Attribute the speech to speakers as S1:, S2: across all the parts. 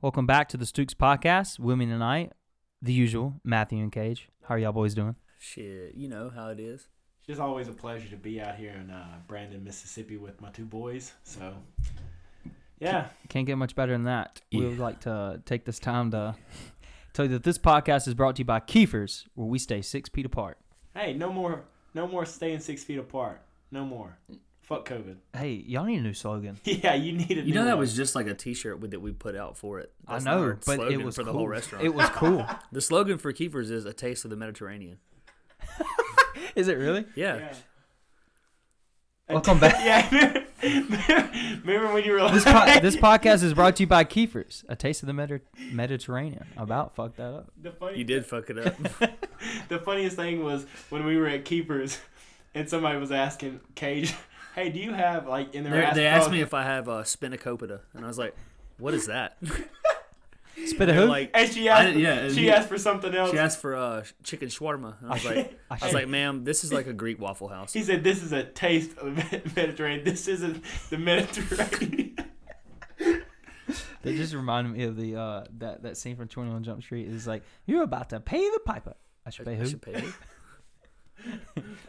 S1: Welcome back to the Stooks Podcast, Women and I, the usual, Matthew and Cage. How are y'all boys doing?
S2: Shit, you know how it is.
S3: It's just always a pleasure to be out here in uh, Brandon, Mississippi with my two boys. So, yeah.
S1: Can't get much better than that. We would like to take this time to tell you that this podcast is brought to you by Kiefer's, where we stay six feet apart.
S3: Hey, no more, no more staying six feet apart. No more. Fuck COVID.
S1: Hey, y'all need a new slogan.
S3: Yeah, you need a
S2: You know that was just like a T-shirt with, that we put out for it. That's
S1: I know,
S2: our
S1: but it
S2: slogan
S1: was
S2: for
S1: cool.
S2: the whole restaurant.
S1: It was cool.
S2: the slogan for Keepers is "A Taste of the Mediterranean."
S1: is it really?
S2: Yeah,
S3: Yeah.
S1: Welcome back.
S3: yeah. Remember when you were like,
S1: This, po- this podcast is brought to you by Kiefer's, a taste of the Medi- Mediterranean. About fucked that up.
S3: the funny,
S2: you did fuck it up.
S3: The funniest thing was when we were at Keepers, and somebody was asking Cage, "Hey, do you have like in their
S2: they,
S3: ass
S2: they asked
S3: oh,
S2: me if I have uh, spinacopita, and I was like, "What is that?"
S1: Spit a
S2: They're
S1: hoop.
S2: like,
S3: And she
S2: I
S3: asked,
S2: did- yeah, and
S3: she
S2: you-
S3: asked for something else.
S2: she asked for uh, sh- chicken shawarma, and I was like,
S1: I
S2: "I was
S1: should-
S2: like, ma'am, this is like a Greek waffle house."
S3: He said, "This is a taste of the Med- Mediterranean. This isn't the Mediterranean."
S1: They just reminded me of the uh, that that scene from Twenty One Jump Street. Is like you're about to pay the piper. I should pay
S2: I
S1: who?
S2: should pay you.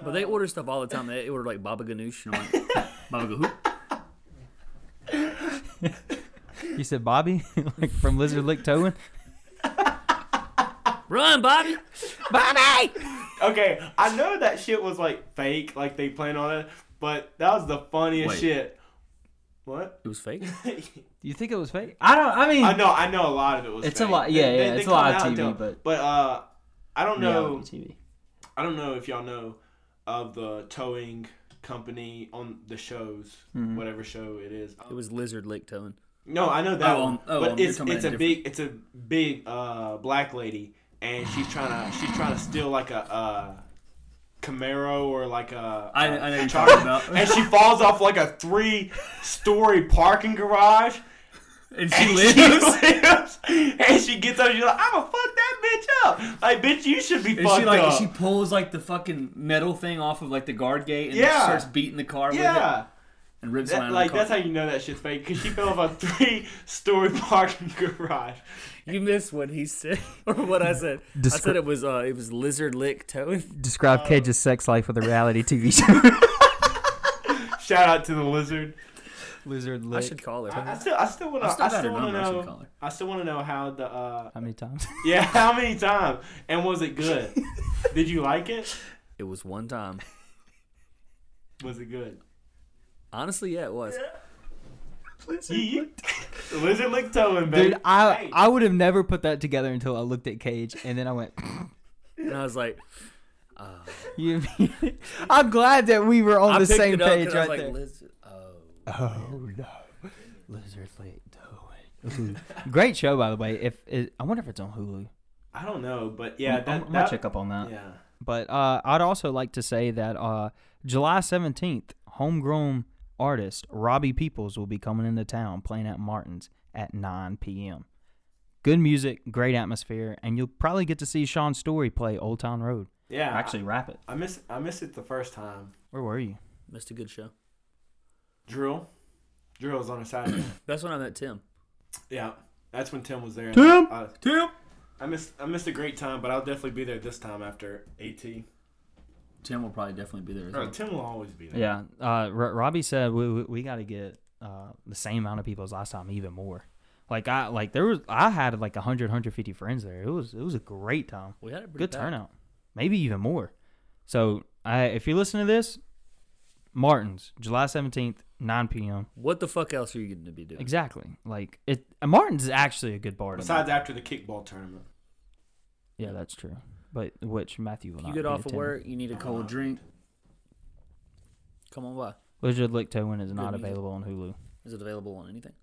S2: but they order stuff all the time. They order like baba ganoush, and I'm like, baba ganoush.
S1: You said Bobby, like from Lizard Lick Towing.
S2: Run, Bobby.
S1: Bobby.
S3: Okay, I know that shit was like fake, like they planned on it, but that was the funniest
S2: Wait.
S3: shit. What?
S2: It was fake.
S1: Do you think it was fake? I don't. I mean,
S3: I know, I know a lot of it was.
S1: It's a
S3: fake.
S1: lot- yeah, yeah, it's a
S3: come
S1: lot of
S3: out and
S1: TV,
S3: tell-
S1: but-
S3: but uh, I don't know,
S1: TV.
S3: I don't know if y'all know of the towing company on the shows,
S1: Mm-hmm.
S3: whatever show it is.
S2: It was lizard lick towing.
S3: No, I know that
S2: Oh,
S3: one,
S2: um, oh,
S3: but
S2: um, you're
S3: it's
S2: talking
S3: it's a
S2: about a
S3: big it's a big uh black lady, and she's trying to she's trying to steal like a uh Camaro or like a
S2: I-
S3: a
S2: I know you're
S3: Char-
S2: talking about.
S3: and she falls off like a three story parking garage.
S2: And
S3: and she lives, and she gets up. And she's like, "I'ma fuck that bitch up. Like, bitch, you should be
S2: And
S3: fucked
S2: she like
S3: up."
S2: she pulls like the fucking metal thing off of like the guard gate and
S3: Yeah.
S2: starts beating the car with it
S3: yeah,
S2: and rips
S3: That-
S2: him out
S3: like
S2: of the car.
S3: that's how you know that shit's fake because she fell off a three story parking garage.
S2: you missed what he said or what I said. I
S1: Descri-
S2: said it was uh it was lizard lick towing.
S1: Describe
S3: Uh,
S1: Cage's sex life with a reality TV show.
S3: Shout out to the lizard.
S1: Lizard
S2: I
S1: Lick.
S2: should call her.
S3: I, I still, I still want to,
S2: still
S3: I
S2: got her
S3: still want to
S2: number, I should
S3: know,
S2: call her.
S3: I still want to know how the, uh,
S1: How many times?
S3: yeah, how many times and was it good? Did you like it?
S2: It was one time.
S3: Was it good?
S2: Honestly, yeah, it was.
S3: You, you, lizard lick towing, baby.
S1: Dude, I
S3: Hey.
S1: I would have never put that together until I looked at Cage, and then I went.
S2: And I was like,
S1: You, I'm glad that we were on
S2: I
S1: the
S2: picked
S1: same
S2: it up
S1: page
S2: and I
S1: right
S2: was like,
S1: there.
S2: lizard. Oh.
S1: Oh no, Lizard Lick Towing. Mm-hmm. Great show, by the way. If it, I wonder if it's on Hulu.
S3: I don't know, but yeah,
S1: I'm,
S3: that,
S1: I'm gonna
S3: that
S1: check up on that.
S3: yeah.
S1: But uh, I'd also like to say that uh, July 17th, homegrown artist Robbie Peoples will be coming into town playing at Martin's at 9 p.m. Good music, great atmosphere, and you'll probably get to see Sean Story play Old Town Road.
S3: Yeah,
S1: Actually, rap it.
S3: I miss I missed it the first time.
S1: Where were you?
S2: Missed a good show.
S3: Drill, drill was on a Saturday.
S2: That's when I met Tim.
S3: yeah, that's when Tim was there.
S1: Tim?
S3: I,
S2: Tim.
S3: I missed I missed a great time, but I'll definitely be there this time after AT.
S2: Tim will probably definitely be there. As
S3: Bro,
S2: well.
S3: Tim will always be there.
S1: Yeah. Uh, R- Robbie said we, we, we got to get uh, the same amount of people as last time, even more. Like I like there was I had like 100 150 friends there. It was it was a great time.
S2: We had a pretty
S1: good
S2: bad-
S1: turnout, maybe even more. So, I, if you listen to this, Martin's July seventeenth, nine p.m.
S2: What the fuck else are you going to be doing?
S1: Exactly. Like it, and Martin's is actually a good bar. To
S3: Besides, after the kickball tournament,
S1: night. yeah, that's true. But which Matthew will
S2: You
S1: not
S2: get
S1: be
S2: off
S1: attending.
S2: of work, you need a cold drink. Come on by.
S1: Lizard Lick Towin is not
S2: music.
S1: available on Hulu.
S2: Is it available on anything?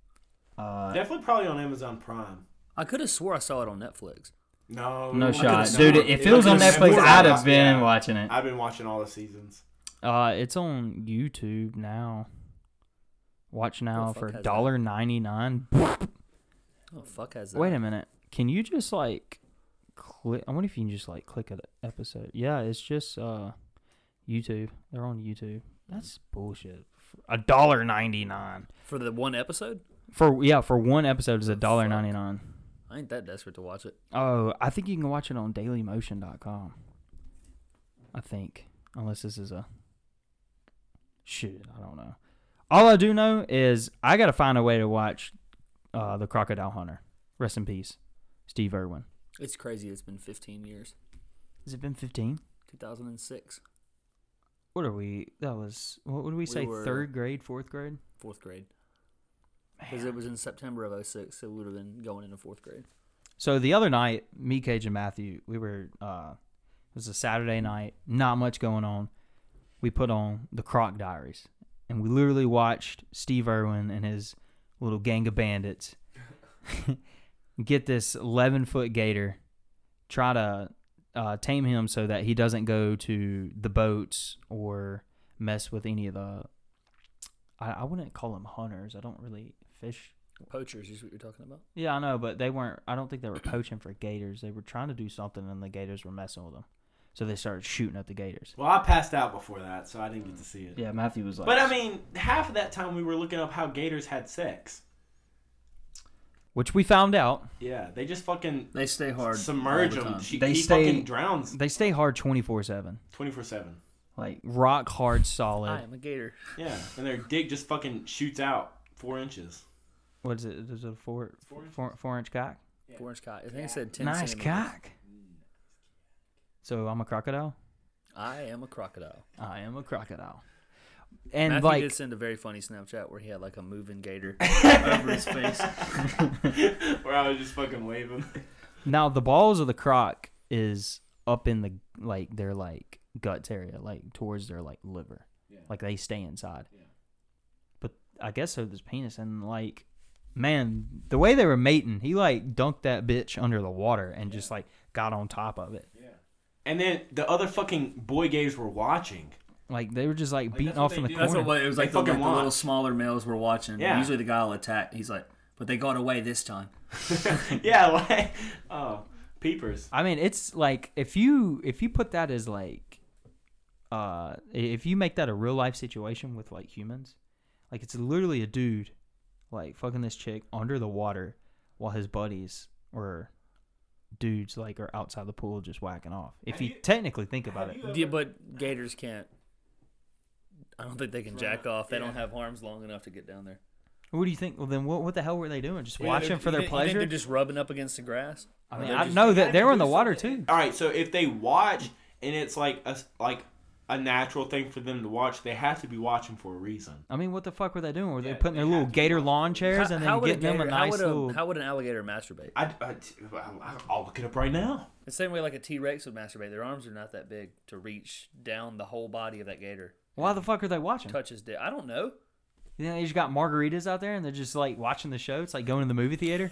S1: Uh,
S3: definitely probably on Amazon Prime.
S2: I could have swore I saw it on Netflix.
S3: No,
S1: no
S3: Oh, I
S1: shot,
S3: could've
S1: dude.
S3: sworn-
S1: If
S3: I
S1: it was on
S3: could've
S1: Netflix,
S3: sworn
S1: I'd
S3: I-
S1: have been
S3: yeah.
S1: watching it.
S3: I've been watching all the seasons.
S1: Uh, it's on YouTube now. Watch now
S2: fuck
S1: for
S2: has that?
S1: dollar ninety nine.
S2: Oh fuck has that?
S1: Wait a minute. Can you just like click? I wonder if you can just like click an episode. Yeah, it's just uh, YouTube. They're on YouTube. That's bullshit. A dollar ninety nine.
S2: For the one episode?
S1: For yeah, for one episode is a dollar
S2: fuck.
S1: ninety nine.
S2: I ain't that desperate to watch it.
S1: Oh, I think you can watch it on dailymotion.com. I think. Unless this is a shit, I don't know. All I do know is I gotta find a way to watch uh, The Crocodile Hunter. Rest in peace. Steve Irwin.
S2: It's crazy. It's been 15 years.
S1: Has it been fifteen?
S2: 2006,
S1: What are we that was what would we say?
S2: were-
S1: third grade, fourth grade?
S2: fourth grade. Because it was in September of 06, so we would have been going into fourth grade.
S1: So the other night, me, Cage, and Matthew, we were. Uh, it was a Saturday night, not much going on. We put on the Croc Diaries, and we literally watched Steve Irwin and his little gang of bandits get this eleven-foot gator, try to uh, tame him so that he doesn't go to the boats or mess with any of the. I, I wouldn't call them hunters. I don't really fish
S2: Poachers is what you're talking about.
S1: yeah, I know, but they weren't. I don't think they were poaching for gators. They were trying to do something, and the gators were messing with them, so they started shooting at the gators.
S3: Well, I passed out before that, so I didn't get to see it.
S1: Yeah, Matthew was like,
S3: But I mean, half of that time we were looking up how gators had sex.
S1: which we found out
S3: Yeah, they just fucking
S2: They stay hard.
S3: submerge them. She,
S1: They
S3: he
S1: stay-
S3: fucking drowns
S1: they stay hard twenty four seven,
S3: twenty four seven.
S1: like rock hard
S2: I
S1: solid.
S2: am a gator.
S3: Yeah, and their dick just fucking shoots out four inches.
S1: What is it? Is it a four
S3: Four inches.
S1: four, four inch cock?
S2: Four inch cock. I think it said 10
S1: nice
S2: centimeters.
S1: cock. So I'm a crocodile.
S2: I am a crocodile.
S1: I am a crocodile. And
S2: Matthew
S1: like
S2: did send a very funny Snapchat where he had like a moving gator over his face.
S3: Where I was just fucking waving.
S1: Now the balls of the croc is up in the like their like guts area, like towards their like liver.
S3: Yeah.
S1: Like they stay inside.
S3: Yeah.
S1: But I guess so this penis and like man, the way they were mating, he like dunked that bitch under the water and just like got on top of it.
S3: Yeah. And then the other fucking boy gators were watching.
S1: Like they were just like, beating
S3: that's what
S1: off in
S3: they
S1: the
S3: do.
S1: corner.
S2: That's what it was
S3: They
S2: like. The, like
S3: fucking
S2: the little
S3: watch.
S2: smaller males were watching.
S3: Yeah.
S2: Usually the guy will attack. He's like, but they got away this time.
S3: yeah, like oh, peepers.
S1: I mean, it's like if you if you put that as like uh if you make that a real life situation with like humans, like it's literally a dude like fucking this chick under the water while his buddies or dudes like are outside the pool just whacking off. If
S3: Have
S1: you,
S3: you-
S1: technically think about it.
S2: Yeah, but gators can't. I don't think they can jack off. They don't have arms long enough to get down there.
S1: What do you think? Well then what what the hell were they doing? Just watching for their
S2: You think
S1: pleasure?
S2: they're just rubbing up against the grass.
S1: I
S2: Or
S1: mean,
S2: they're
S1: I
S2: just-
S1: know that they were in the water too.
S3: All right, so if they watch and it's like a like a natural thing for them to watch, they have to be watching for a reason.
S1: I mean, what the fuck were they doing? Were they
S3: Yeah,
S1: putting
S3: they
S1: their little
S3: have to
S1: gator
S3: watch.
S1: lawn chairs and
S2: how
S1: then
S2: would a
S1: getting them a
S2: gator- how
S1: nice
S2: would a-
S1: little?
S2: How would an alligator masturbate?
S3: I, I, I I'll look it up right now.
S2: The same way like a T Rex would masturbate. Their arms are not that big to reach down the whole body of that gator.
S1: Why the fuck are they watching?
S2: Touches dick. I don't know.
S1: You know, they just got margaritas out there and they're just like watching the show. It's like going to the movie theater.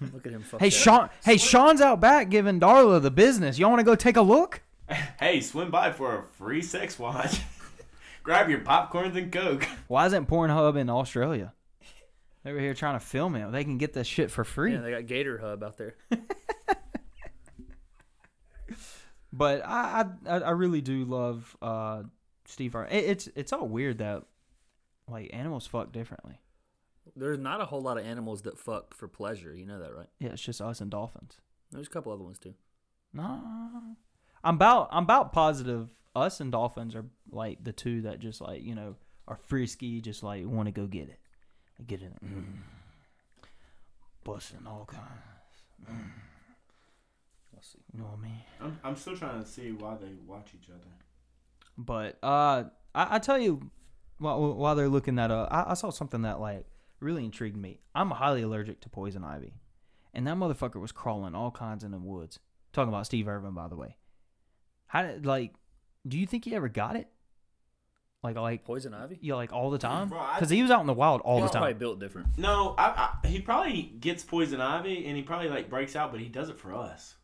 S2: Look at him. fuck
S1: Hey,
S2: that up.
S1: Sean. Hey, Sean's out back giving Darla the business. Y'all want to go take a look?
S3: Hey, swim by for a free sex watch. Grab your popcorns and coke.
S1: Why isn't Pornhub in Australia? They were here trying to film it. They can get this shit for free.
S2: Yeah, they got Gator Hub out there.
S1: But I, I, I really do love uh, Steve. Irwin. It, it's it's all weird that like animals fuck differently.
S2: There's not a whole lot of animals that fuck for pleasure. You know that, right?
S1: Yeah, it's just us and dolphins.
S2: There's a couple other ones too.
S1: No, I'm about I'm about positive. Us and dolphins are like the two that just like you know are frisky, just like want to go get it, get it, mm, busting all kinds. Mm.
S2: We'll see.
S1: You know what I mean?
S3: I'm, I'm still trying to see why they watch each other.
S1: But uh, I, I tell you, while while they're looking that up, I, I saw something that like really intrigued me. I'm highly allergic to poison ivy, and that motherfucker was crawling all kinds in the woods. Talking about Steve Irvin, by the way. How did like? Do you think he ever got it? Like like
S2: Poison ivy.
S1: you know, like all the time?
S3: Bro, I-
S1: Because he was out in the wild all the
S2: Y'all Probably
S1: time.
S2: built different.
S3: No, I, I, he probably gets poison ivy and he probably like breaks out, but he does it for us.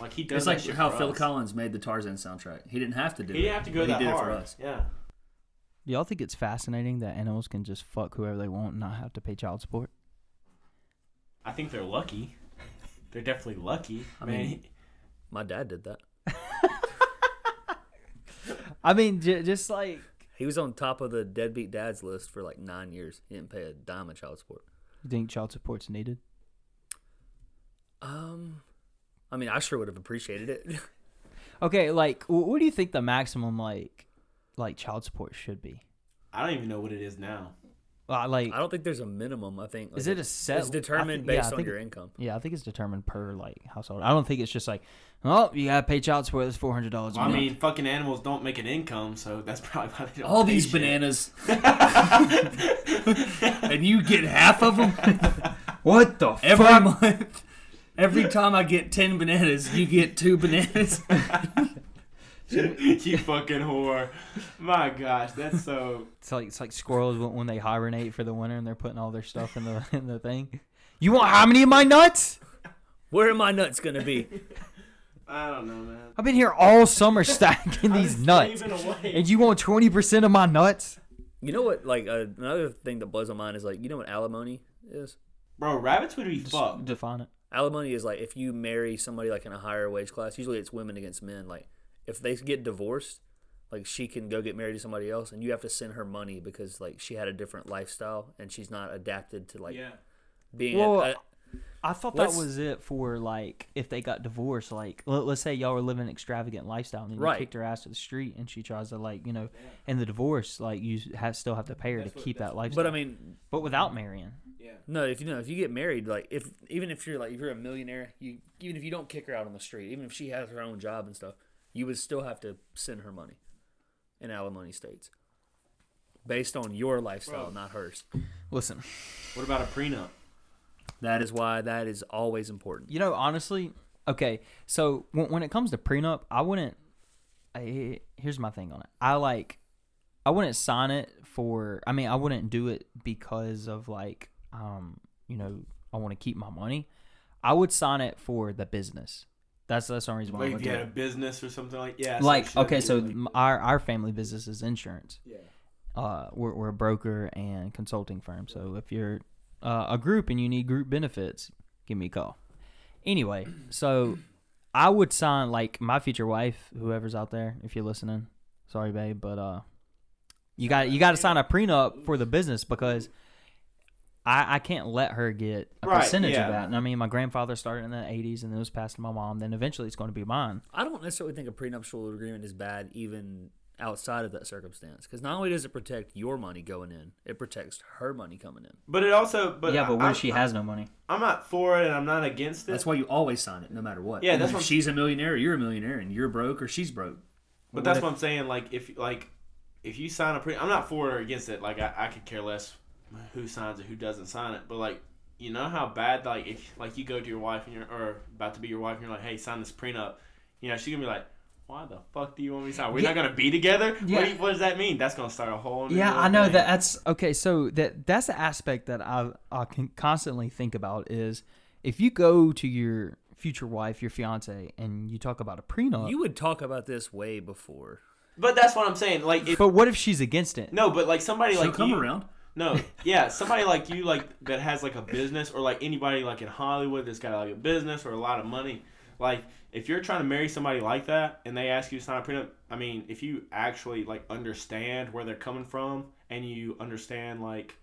S3: Like he does.
S2: It's like
S3: that shit
S2: how
S3: for
S2: Phil
S3: us.
S2: Collins made the Tarzan soundtrack. He didn't have to do
S3: He
S2: it.
S3: didn't have to go
S2: but
S3: that
S2: he did
S3: hard.
S2: It for us.
S3: Yeah.
S1: Do y'all think it's fascinating that animals can just fuck whoever they want and not have to pay child support?
S3: I think they're lucky. They're definitely lucky.
S2: I
S3: I mean,
S2: mean- My dad did that.
S1: I mean, j- just like
S2: He was on top of the deadbeat dads list for like nine years. He didn't pay a dime of child support.
S1: You think child support's needed?
S2: Um, I mean, I sure would have appreciated it.
S1: Okay, like, wh- what do you think the maximum like, like child support should be?
S3: I don't even know what it is now.
S1: Uh, like,
S2: I don't think there's a minimum. I think
S1: Is
S2: like,
S1: it a set-
S2: It's determined
S1: I think- yeah, I
S2: based on
S1: think
S2: your
S1: it-
S2: income.
S1: yeah, I think it's determined per like household. I don't think it's just like, oh, you gotta pay child support. That's four hundred dollars.
S3: Well, I mean, fucking animals don't make an income, so that's probably why they don't.
S2: All
S3: pay
S2: these
S3: shit.
S2: bananas, and you get half of them
S1: what the
S2: every month. Every time I get ten bananas, you get two bananas.
S3: you fucking whore. My gosh, that's so.
S1: It's like it's like squirrels when, when they hibernate for the winter and they're putting all their stuff in the in the thing. You want how many of my nuts?
S2: Where are my nuts gonna be?
S3: I don't know, man.
S1: I've been here all summer stacking
S3: I'm
S1: these
S3: just
S1: nuts,
S3: caving away.
S1: and you want twenty percent of my nuts?
S2: You know what? Like uh, another thing that blows my mind is like you know what alimony is.
S3: Bro, rabbits would be
S1: Just
S3: fucked.
S1: define it.
S2: Alimony is like if you marry somebody like in a higher wage class. Usually it's women against men. Like if they get divorced, like she can go get married to somebody else, and you have to send her money because like she had a different lifestyle and she's not adapted to like
S3: Yeah.
S2: being.
S1: Well,
S2: a,
S1: I thought
S2: Let's-
S1: that was it for like if they got divorced. Like let, us say y'all were living an extravagant lifestyle and you
S2: Right.
S1: kicked her ass to the street, and she tries to like you know, in the divorce like you have, still have to pay her to keep that lifestyle.
S2: but I mean,
S1: but without marrying,
S3: Yeah.
S2: no. If you know, if you get married, like if even if you're like if you're a millionaire, you even if you don't kick her out on the street, even if she has her own job and stuff, you would still have to send her money in alimony states, based on your lifestyle,
S3: Bro.
S2: not hers.
S1: listen,
S3: What about a prenup?
S2: That is why that is always important.
S1: You know, honestly, okay. So when, when it comes to prenup, I wouldn't. I, here's my thing on it. I like. I wouldn't sign it for. I mean, I wouldn't do it because of like, um, you know, I want to keep my money. I would sign it for the business. That's that's the only reason why I
S3: Like
S1: would
S3: if
S1: do
S3: you had a
S1: it.
S3: business or something like yeah.
S1: Like
S3: some shit.
S1: okay, so
S3: Like-
S1: m- our our family business is insurance.
S3: yeah.
S1: Uh, we're we're a broker and consulting firm. So if you're uh, a group and you need group benefits, give me a call. Anyway, so I would sign like my future wife, whoever's out there, if you're listening. Sorry, babe, but uh, you got you got to sign a prenup for the business because I I can't let her get a
S3: Right,
S1: percentage
S3: yeah.
S1: of that. And I mean, my grandfather started in the '80s, and it was passed to my mom. Then eventually, it's going to be mine.
S2: I don't necessarily think a prenuptial agreement is bad, even outside of that circumstance, because not only does it protect your money going in, it protects her money coming in.
S3: But it also, but
S1: yeah, but what
S3: I,
S1: if she has no money?
S3: I'm not for it, and I'm not against it.
S2: That's why you always sign it, no matter what.
S3: Yeah, that's
S2: if
S3: what-
S2: she's a millionaire, you're a millionaire, and you're broke or she's broke.
S3: But that's what I'm saying. Like if like if you sign a pre, I'm not for or against it. Like I, I could care less who signs it, who doesn't sign it. But like you know how bad like if like you go to your wife and you're or about to be your wife and you're like, hey, sign this prenup. You know she's gonna be like. Why the fuck do you want me to sign? We're not gonna be together.
S1: Yeah.
S3: What, do you- what does that mean? That's gonna start a whole. new
S1: Yeah,
S3: little
S1: I know
S3: thing.
S1: that. That's okay. So that that's the aspect that I I can constantly think about is if you go to your future wife, your fiance, and you talk about a prenup.
S2: You would talk about this way before.
S3: But that's what I'm saying. Like, if,
S1: but what if she's against it?
S3: no, but like somebody
S2: She'll
S3: like
S2: come
S3: you,
S2: around.
S3: No, yeah, somebody like you, like that has like a business, or like anybody like in Hollywood that's got like a business or a lot of money. Like, if you're trying to marry somebody like that and they ask you to sign a prenup, I mean, if you actually like understand where they're coming from and you understand like,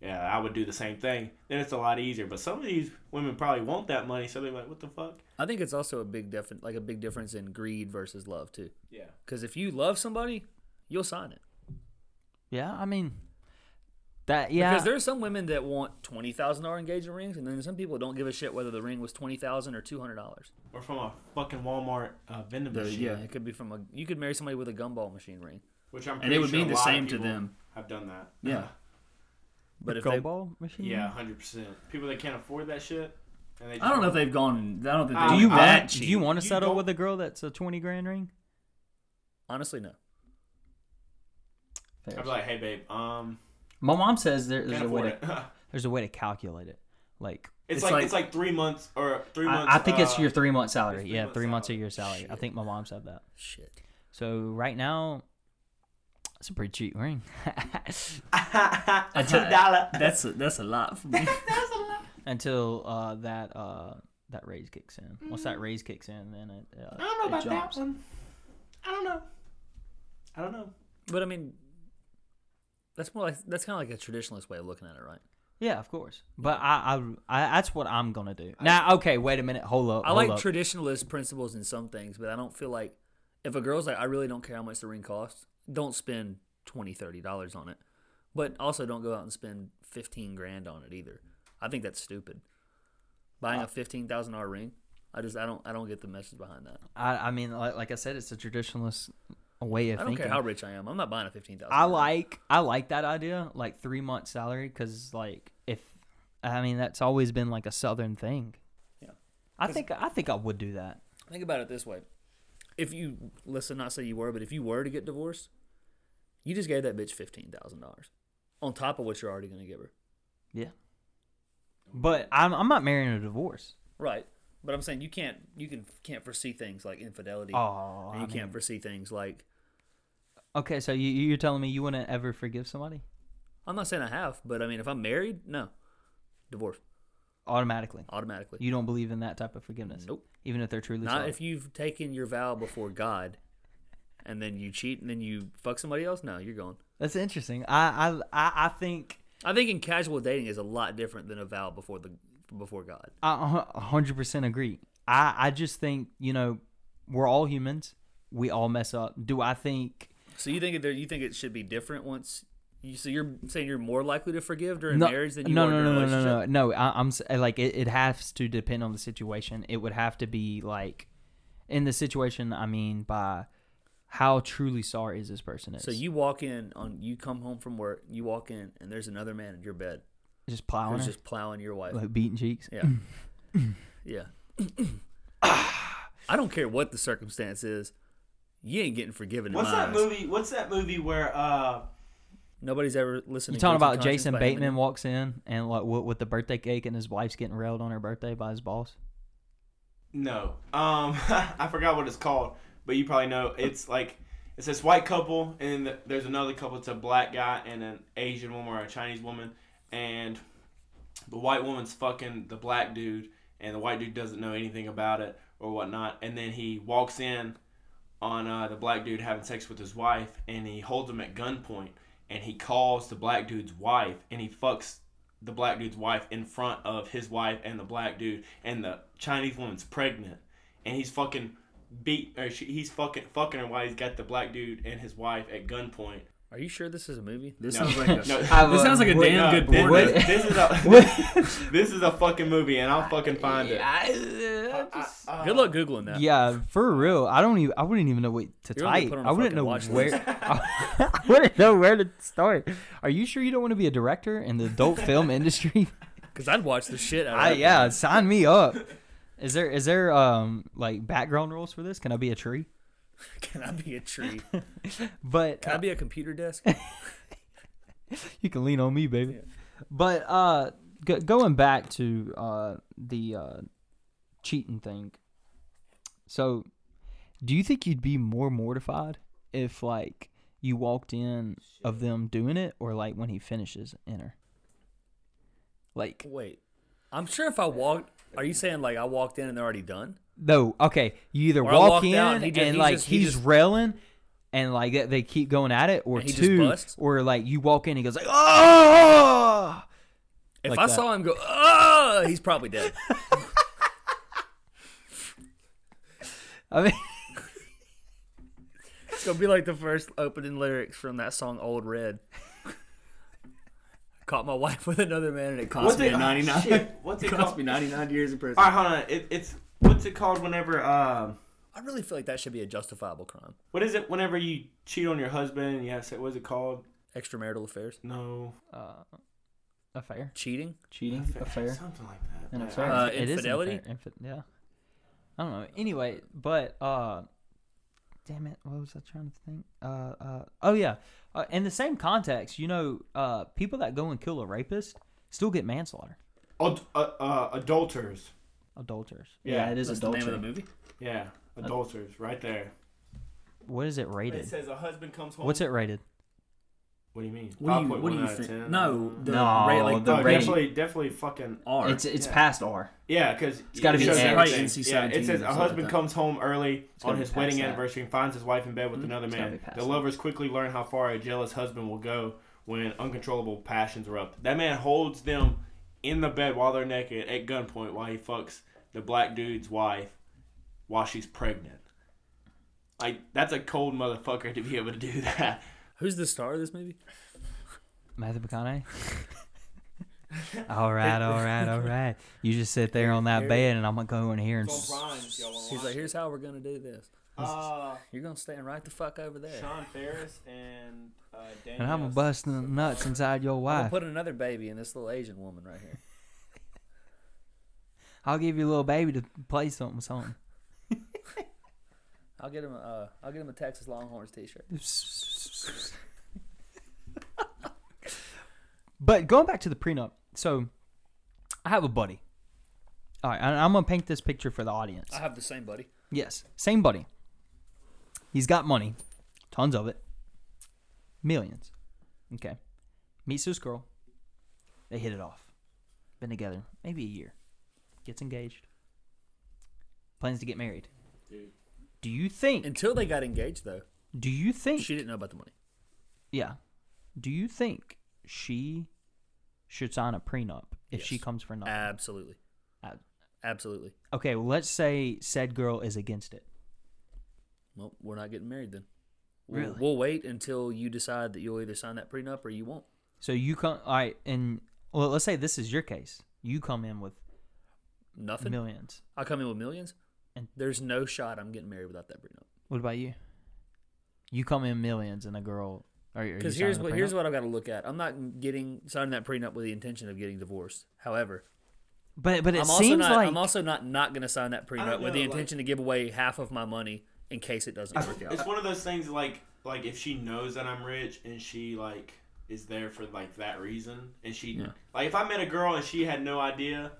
S3: yeah, I would do the same thing, then it's a lot easier. But some of these women probably want that money, so they're like, what the fuck?
S2: I think it's also a big difference, like a big difference in greed versus love too.
S3: Yeah.
S2: Because if you love somebody, you'll sign it.
S1: Yeah, I mean that. Yeah,
S2: Because there's some women that want twenty thousand dollar engagement rings, and then some people don't give a shit whether the ring was twenty thousand or two hundred dollars.
S3: Or from a fucking Walmart uh, vending
S2: The-
S3: machine.
S2: yeah, it could be from a. You could marry somebody with a gumball machine ring.
S3: Which I'm pretty
S2: And it would
S3: sure
S2: mean
S3: a
S2: the
S3: lot of
S2: same to
S3: people
S2: them.
S3: Have done that.
S2: Yeah. But if they,
S1: goalball machine.
S3: Yeah, hundred percent. People that can't afford that shit. And they just
S2: I don't know if they've gone. I don't think
S3: Do
S2: they've
S1: Do you
S2: gone that
S1: want? Do
S2: cheap.
S1: you want to
S3: You
S1: settle
S3: don't-
S1: with a girl that's a twenty grand ring?
S2: Honestly, no.
S3: I'd be like, hey babe, um,
S1: My mom says there, there's
S3: can't
S1: a way
S3: afford
S1: to
S3: it.
S1: there's a way to calculate it. Like
S3: it's,
S2: It's
S3: like,
S2: like-
S3: it's like three months or three months.
S1: I, I think it's
S3: uh,
S1: your three month salary.
S3: three
S1: yeah,
S3: months
S1: three months of
S3: salary.
S1: your salary. I
S2: Shit.
S1: think my mom said that.
S2: Shit.
S1: So right now, it's a pretty cheap ring.
S3: a two dollar.
S2: That's a, that's a lot for me.
S1: until uh, that uh, that raise kicks in. Once that raise kicks in, then it. Uh,
S3: Mm. I don't know
S1: it
S3: about
S1: jumps.
S3: that one. I don't know. I don't know.
S2: but I mean, That's more like that's kind of like a traditionalist way of looking at it, right?
S1: Yeah, of course. But I, I, I that's what I'm gonna do. now, okay, wait a minute, hold up.
S2: I
S1: hold
S2: like
S1: up.
S2: traditionalist principles in some things, but I don't feel like if a girl's like, I really don't care how much the ring costs, don't spend twenty, thirty dollars on it. But also don't go out and spend fifteen grand on it either. I think that's stupid.
S1: Uh,
S2: Buying a fifteen thousand dollar ring, I just I don't I don't get the message behind that.
S1: I, I mean, like, like I said, it's a traditionalist way of
S2: I don't
S1: thinking.
S2: care how rich I am. I'm not buying a fifteen thousand.
S1: I like I like that idea, like three months salary, because like if I mean that's always been like a southern thing.
S2: Yeah.
S1: I think I think I would do that.
S2: Think about it this way: if you let's not say you were, but if you were to get divorced, you just gave that bitch fifteen thousand dollars on top of what you're already going to give her,
S1: Yeah. But I'm I'm not marrying a divorce.
S2: right? But I'm saying you can't you can can't foresee things like infidelity.
S1: Oh, I
S2: and you
S1: mean-
S2: can't foresee things like
S1: Okay, so you you're telling me you wouldn't ever forgive somebody
S2: I'm not saying I have, but I mean if I'm married, no, divorce
S1: automatically?
S2: automatically.
S1: You don't believe in that type of forgiveness.
S2: Nope.
S1: Even if they're truly
S2: not
S1: sorry.
S2: if you've taken your vow before God, and then you cheat and then you fuck somebody else. No, you're gone.
S1: That's interesting. I I I, I think
S2: I think in casual dating is a lot different than a vow before the before God.
S1: I a hundred percent agree. I I just think you know we're all humans. We all mess up. Do I think?
S2: So you think that you think it should be different once? You, so you're saying you're more likely to forgive during marriage than you
S1: no,
S2: are
S1: no,
S2: during
S1: no,
S2: a
S1: no, no,
S2: relationship?
S1: no, no. I, I'm s- eh, like it, it has to depend on the situation. It would have to be like in the situation. I mean, by how truly sorry is this person is.
S2: So you walk in on you come home from work, you walk in and there's another man in your bed
S1: just plowing,
S2: who's
S1: her,
S2: just plowing your wife.
S1: like beating cheeks.
S2: Yeah, yeah. I don't care what the circumstance is, you ain't getting forgiven.
S3: What's
S2: in my
S3: that
S2: eyes.
S3: movie? What's that movie where uh
S2: Nobody's ever listened.
S1: You
S2: to
S1: talking about
S2: Guilty Conscience
S1: Jason
S2: by
S1: Bateman
S2: Eminem.
S1: walks in and like with, with the birthday cake and his wife's getting railed on her birthday by his boss?
S3: no. Um I forgot what it's called, but you probably know. It's like it's this white couple and then there's another couple, it's a black guy and an Asian woman or a Chinese woman and the white woman's fucking the black dude and the white dude doesn't know anything about it or whatnot and then he walks in on uh, the black dude having sex with his wife and he holds him at gunpoint and he calls the black dude's wife and he fucks the black dude's wife in front of his wife and the black dude and the chinese woman's pregnant and he's fucking beat or she, he's fucking fucking her while he's got the black dude and his wife at gunpoint
S2: Are you sure this is a movie? This
S3: No.
S2: sounds like a,
S3: No.
S1: I
S2: this sounds like a
S1: would
S2: damn
S3: No,
S2: good
S3: this,
S2: porn.
S1: What?
S2: movie.
S3: this is a this is a fucking movie and i'll fucking find it
S1: I-
S3: Uh,
S2: Good luck googling that.
S1: yeah, for real. I don't even. I wouldn't even know what to
S2: You're gonna
S1: type.
S2: put on
S1: I
S2: a
S1: wouldn't
S2: fucking
S1: know
S2: watch
S1: where. I, wouldn't know where to start. Are you sure you don't want to be a director in the adult film industry?
S2: because I'd watch the shit out of
S1: I,
S2: that
S1: yeah,
S2: movie.
S1: sign me up. Is there is there um like background rules for this? Can I be a tree?
S2: Can I be a tree?
S1: But
S2: Can I be a computer desk?
S1: you can lean on me, baby. But uh, g- going back to uh, the uh, cheating thing. So, do you think you'd be more mortified if like you walked in of them doing it, or like when he finishes enter? Like
S2: Wait, I'm sure if I walked, are you saying like I walked in and they're already done?
S1: no, okay, you either
S2: Or I
S1: walk
S2: walked
S1: in
S2: out and he
S1: and,
S2: just- he
S1: like
S2: just- he
S1: he's
S2: just-
S1: railing. And like they- they keep going at it, or
S2: And he just
S1: two,
S2: busts?
S1: or like you walk in, he goes like, oh,
S2: If
S1: Like
S2: I
S1: that.
S2: saw him go, oh, he's probably dead.
S1: I mean,
S2: it's gonna be like the first opening lyrics from that song "Old Red." Caught my wife with another man, and it cost
S3: What's
S2: me
S3: it-
S2: a ninety
S3: oh,
S2: nine.
S3: shit. What's it
S2: It cost
S3: called?
S2: me ninety nine years in prison.
S3: All right, hold on. It, it's what's it called whenever um
S2: I really feel like that should be a justifiable crime.
S3: what is it whenever you cheat on your husband and you have sex? What's it called?
S2: Extramarital affairs,
S3: No,
S1: uh, affair,
S2: cheating.
S1: cheating, affair.
S3: something like that.
S1: an
S3: Yeah,
S1: affair.
S2: Uh,
S1: It is an
S2: infidelity?
S1: affair. Infi- yeah. I don't know. Anyway, but uh, damn it, what was I trying to think? Uh, uh oh yeah. Uh, in the same context, you know, uh, people that go and kill a rapist still get manslaughter,
S3: Ad- uh, uh, adulterers.
S1: adulterers.
S3: Yeah, Yeah, it
S1: is
S2: That's the name of the movie.
S3: Yeah, adulterers. Right there.
S1: What is it rated?
S3: says a husband comes home.
S1: What's it rated?
S3: What do you mean?
S2: What do you-
S3: 5.1
S2: what do you
S3: out of
S2: think?
S3: 10.
S2: No, the
S1: No,
S2: ra- like
S1: the
S3: Oh,
S2: the
S1: rating.
S2: rating
S3: definitely, definitely fucking.
S2: R.
S1: It's it's past R.
S3: Yeah, because it's
S1: gotta be X. Probably
S3: Yeah,
S2: NC-17
S3: it says
S2: or something
S3: a
S2: like
S3: husband
S2: that.
S3: comes home early
S1: gotta
S3: on
S1: be
S3: his
S1: past
S3: wedding
S1: that.
S3: anniversary and finds his wife in bed with another
S1: gotta
S3: man.
S1: be past
S3: The
S1: that.
S3: lovers quickly learn how far a jealous husband will go when uncontrollable passions erupt. That man holds them in the bed while they're naked at gunpoint while he fucks the black dude's wife while she's pregnant. Like that's a cold motherfucker to be able to do that.
S2: Who's the star of this movie?
S1: Matthew McConaughey. all right, all right, all right. You just sit there on that bed, and I'm gonna go in here and. s-
S3: It's on Grimes, y'all wanna
S2: He's
S3: watch
S2: like, here's how we're gonna do this.
S3: it? Uh,
S2: You're gonna stand right the fuck over there.
S3: Sean Ferris and uh, Daniel.
S1: And I'm gonna bust the nuts inside your
S2: I'm gonna
S1: wife.
S2: put another baby in this little Asian woman right here.
S1: I'll give you a little baby to play something, something.
S2: I'll get him. Uh, I'll get him a Texas Longhorns T-shirt.
S1: but going back to the prenup, so I have a buddy. All right, and I'm gonna paint this picture for the audience.
S2: I have the same buddy.
S1: Yes, same buddy. He's got money, tons of it, millions. Okay, meets this girl. They hit it off. Been together maybe a year. Gets engaged. Plans to get married.
S3: Dude.
S1: Do you think?
S2: Until they got engaged, though,
S1: Do you think?
S2: she didn't know about the money.
S1: Yeah. Do you think she should sign a prenup if she
S2: Yes.
S1: comes for nothing?
S2: Absolutely,
S1: Uh,
S2: absolutely.
S1: okay, well, let's say said girl is against it.
S2: Well, we're not getting married then. We'll,
S1: Really?
S2: We'll wait until you decide that you'll either sign that prenup or you won't.
S1: So you come, all right, and well, let's say this is your case. You come in with
S2: Nothing.
S1: millions.
S2: I come in with millions, and
S1: And-
S2: there's no shot I'm getting married without that prenup.
S1: What about you? You come in millions, and a girl.
S2: Because here's what here's what I've got to look at. I'm not getting signing that prenup with the intention of getting divorced. However,
S1: But but it
S2: I'm also
S1: seems
S2: not.
S1: like
S2: I'm also not not going to sign that
S3: don't
S2: prenup with the
S3: know, like-
S2: intention to give away half of my money in case it doesn't work out.
S3: It's one of those things like like if she knows that I'm rich and she like is there for like that reason and she
S2: Yeah.
S3: like if I met a girl and she had no idea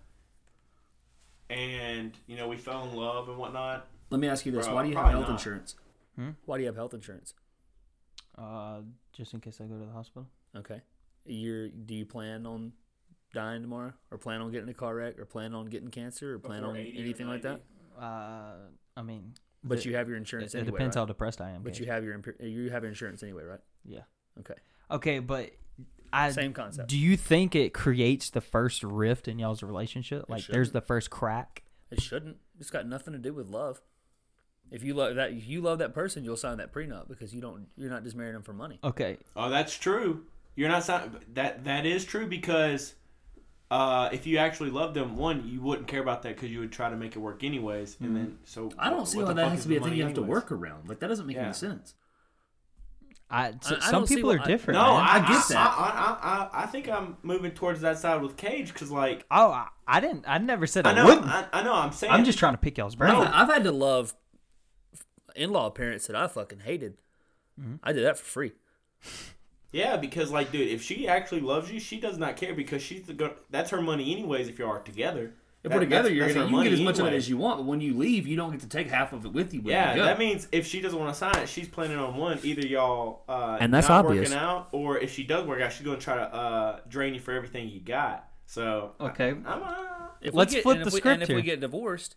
S3: and you know we fell in love and whatnot.
S2: Let me ask you this:
S3: Bro,
S2: Why do you have
S3: probably
S2: health
S3: not.
S2: insurance?
S1: Hmm?
S2: Why do you have health insurance?
S1: uh, just in case I go to the hospital.
S2: Okay, you're. Do you plan on dying tomorrow, or plan on getting a car wreck, or plan on getting cancer, or plan
S3: before
S2: on
S3: 80 or
S2: anything like that?
S3: 90.
S1: Uh, I mean,
S2: But
S1: it-
S2: you have your
S1: it,
S2: insurance
S1: it
S2: anyway.
S1: depends
S2: right?
S1: how depressed I am.
S2: But
S1: Gage.
S2: you have your imp- you have your insurance anyway, right?
S1: yeah.
S2: Okay,
S1: Okay, but I
S2: same concept.
S1: Do you think it creates the first rift in y'all's relationship? Like there's
S2: shouldn't.
S1: the first crack.
S2: It shouldn't. It's got nothing to do with love. If you love that, if you love that person, you'll sign that prenup because you don't. You're not just marrying them for money.
S1: Okay.
S3: Oh, that's true. You're not sound- that that is true because uh, if you actually love them, one you wouldn't care about that because you would try to make it work anyways, and then so
S4: Mm. I don't
S3: what-
S4: see
S3: what
S4: why
S3: the
S4: that
S3: fuck
S4: has
S3: is
S4: to be
S3: the
S4: a thing
S3: money
S4: you have to
S3: anyways?
S4: work around. Like that doesn't make
S3: Yeah.
S4: any sense.
S1: I, so-
S2: I
S1: some
S2: don't see
S1: people
S2: what
S1: are
S2: I-
S1: different.
S3: No,
S1: man.
S3: I,
S4: I get
S3: I,
S4: that.
S3: I, I, I, I think I'm moving towards that side with Cage because like
S1: oh, I, I didn't. I never said I,
S3: I know
S1: wouldn't.
S3: I, I know I'm saying
S1: I'm just trying to pick y'all's brain.
S2: I've, I've had to love in-law parents that I fucking hated.
S4: Mm-hmm.
S2: I did that for free.
S3: yeah because like dude if she actually loves you she does not care because she's the go- that's her money anyways if you are together
S4: If
S3: That-
S4: we're together,
S3: that's-
S4: you're
S3: that's
S4: gonna
S3: her
S4: you can get as
S3: money
S4: much of it
S3: anyway.
S4: as you want, but when you leave, you don't get to take half of it with you. When
S3: yeah
S4: you go.
S3: that means if she doesn't want to sign it she's planning on one either y'all uh,
S2: And that's
S3: not
S2: obvious.
S3: working out or if she does work out she's gonna try to uh, drain you for everything you got so
S4: Oh,
S3: I-
S1: Okay.
S3: I'm uh,
S2: If
S1: Let's
S2: we get,
S1: flip
S2: and
S1: the
S2: if we,
S1: script
S2: And if
S1: here.
S2: we get divorced,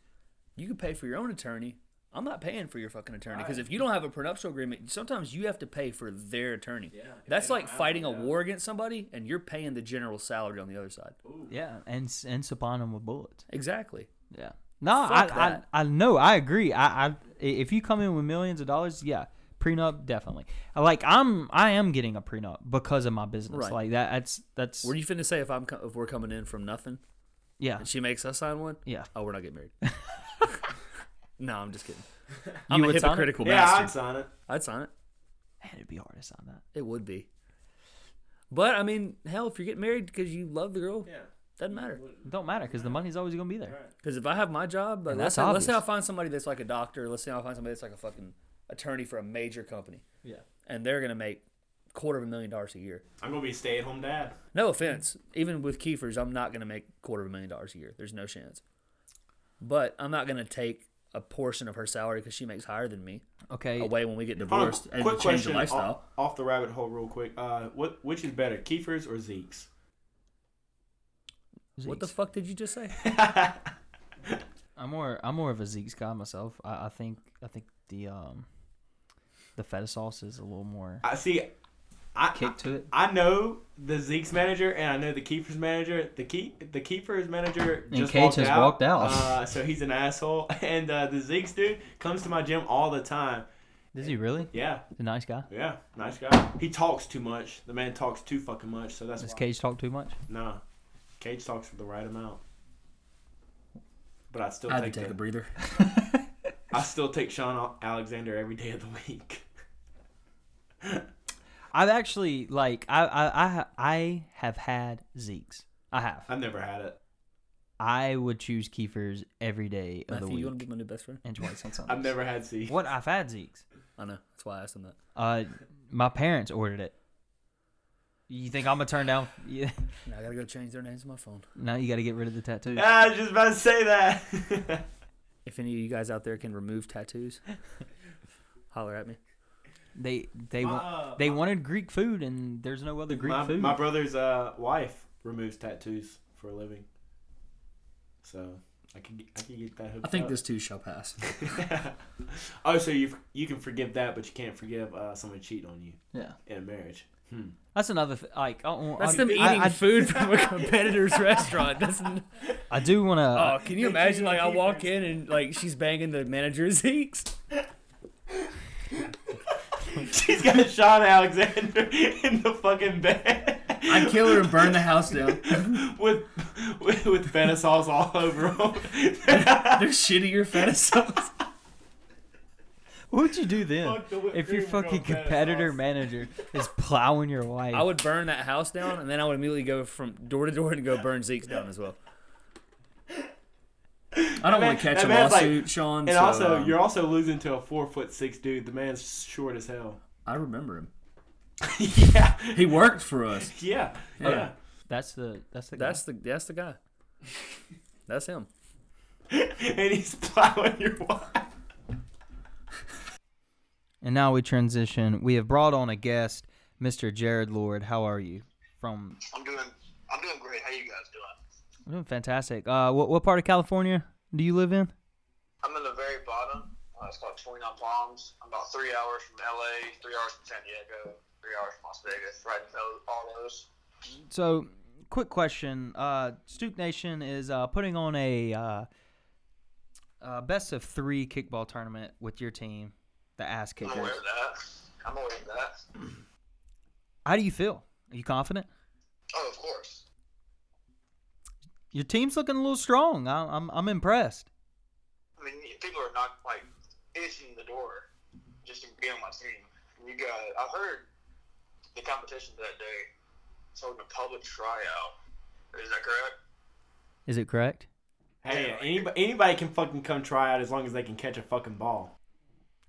S2: you can pay for your own attorney. I'm not paying for your fucking attorney because if you don't have a prenuptial agreement, sometimes you have to pay for their attorney. That's like fighting a war against somebody, and you're paying the general salary on the other side.
S1: yeah, and s- and supplying them with bullets.
S2: Exactly.
S1: Yeah. No, I,
S2: Fuck
S1: I
S2: that.
S1: I know. I agree. I, I i- if you come in with millions of dollars, yeah, prenup definitely. Like I'm I am getting a prenup because of my business.
S2: Right.
S1: Like that. That's that's
S2: Were you finna say if I'm co- if we're coming in from nothing
S1: yeah
S2: and she makes us sign one?
S1: yeah.
S2: Oh, we're not getting married. no, I'm just kidding. I'm
S1: You
S2: a
S1: would sign it?
S2: hypocritical
S3: yeah I'd
S2: bastard.
S3: sign it
S2: I'd sign it.
S1: Man, it'd be hard to sign that.
S2: It would be. But I mean, hell, if you're getting married because you love the girl,
S3: yeah
S2: doesn't matter.
S1: Don't matter because the money's always gonna be there.
S2: Because if I have my job, like,
S1: And that's
S2: let's say, let's say I
S1: obvious.
S2: find somebody that's like a doctor. Let's say I find somebody that's like a fucking attorney for a major company,
S1: Yeah.
S2: and they're gonna make quarter of a million dollars a year.
S3: I'm gonna be a stay at home dad
S2: No offense, even with Kiefer's, I'm not gonna make quarter of a million dollars a year. There's no chance. But I'm not gonna take a portion of her salary because she makes higher than me
S1: Okay.
S2: away when we get
S3: Hold on,
S2: divorced and
S3: quick
S2: change
S3: question
S2: the lifestyle.
S3: Off, off the rabbit hole real quick uh, what which is better Kiefer's or Zeke's
S2: What the
S1: Zeke's.
S2: fuck did you just say?
S1: I'm more I'm more of a Zeke's guy myself. I, I think I think the um the feta sauce is a little more.
S3: I see. I,
S1: kick to it.
S3: I know the Zeke's manager and I know the keeper's manager. The keep the keeper's manager
S1: And
S3: just
S1: Cage
S3: walked
S1: has
S3: out.
S1: walked out.
S3: Uh, so he's an asshole. And uh, the Zeke's dude comes to my gym all the time.
S1: Is he really?
S3: Yeah,
S1: He's a nice guy.
S3: yeah, nice guy. He talks too much. The man talks too fucking much. So that's
S1: Does
S3: why.
S1: Cage talk too much?
S3: Nah, Cage talks for the right amount. But I still
S4: I had to
S3: take,
S4: take
S3: the-
S4: a breather.
S3: I still take Sean Al- Alexander every day of the week.
S1: I've actually like I I I, ha- I have had Zeke's. I have.
S3: I've never had it.
S1: I would choose Kiefer's every day of
S2: Matthew,
S1: the
S2: you want
S1: week
S2: to be my new best friend?
S1: and twice on Sundays.
S3: I've never had Zeke.
S1: What I've had Zeke's.
S2: I know. That's why I asked him that.
S1: Uh, my parents ordered it. You think I'm gonna turn down? Yeah.
S2: Now I gotta go change their names on my phone.
S1: Now you got to get rid of the tattoo.
S3: Ah, I was just about to say that.
S2: If any of you guys out there can remove tattoos, holler at me.
S1: They they
S3: My,
S1: want
S3: uh,
S1: they wanted Greek food and there's no other Greek
S3: my,
S1: food.
S3: my brother's uh, wife removes tattoos for a living, so I can get- I can get that hooked
S4: I think
S3: up.
S4: this too shall pass.
S3: oh, so you you can forgive that, but you can't forgive uh, someone cheating on you
S1: yeah,
S3: in a marriage. Hmm.
S1: that's another th- like. I, don't-
S2: That's
S1: I,
S2: them eating
S1: I, I,
S2: food from a competitor's restaurant. That's n-
S1: I do uh, want
S3: Uh,
S2: oh,
S1: to.
S2: can you imagine? Like I walk in and like she's banging the manager's Zeke's.
S3: She's got Sean Alexander in the fucking bed
S4: I'd kill her and burn the house down.
S3: with with, with Benasaws all over him.
S4: They're shittier fetishes.
S1: what would you do then?
S3: Fuck the whipped
S1: If your
S3: cream, we're
S1: fucking
S3: going
S1: competitor
S3: Benasaus.
S1: manager is plowing your wife,
S2: I would burn that house down, and then I would immediately go from door to door and go burn Zeke's down as well.
S4: I don't
S3: man-
S4: want to catch
S3: that
S4: a
S3: man's like-
S4: lawsuit, Sean.
S3: And
S4: so,
S3: also,
S4: um,
S3: you're also losing to a four foot six dude. The man's short as hell.
S4: I remember him.
S3: yeah,
S4: He worked for us.
S3: yeah,
S4: Yeah.
S3: yeah.
S1: that's the that's the guy.
S2: That's the that's the guy. That's him.
S3: and he's plowing your wife.
S1: And now we transition. We have brought on a guest, Mr. Jared Lord. How are you? From
S5: I'm doing I'm doing great. How you guys doing?
S1: I'm doing fantastic. Uh, what what part of California do you live in?
S5: I'm in the very bottom. Uh, it's called 29 Palms. I'm about three hours from LA, three hours from San Diego, three hours from Las Vegas. Right in those, all those.
S1: So, quick question. Uh, Stoop Nation is uh, putting on a uh, uh, best of three kickball tournament with your team, the Ass
S5: I'm aware
S1: Kickers.
S5: of that. I'm aware of that.
S1: How do you feel? Are you confident?
S5: Oh, of course.
S1: Your team's looking a little strong. I, I'm I'm impressed.
S5: I mean, people are not like itching the door just to be on my team. You got. I heard the competition that day. It's holding a public tryout. Is that correct?
S1: Is it correct?
S3: Hey, anybody, anybody can fucking come try out as long as they can catch a fucking ball.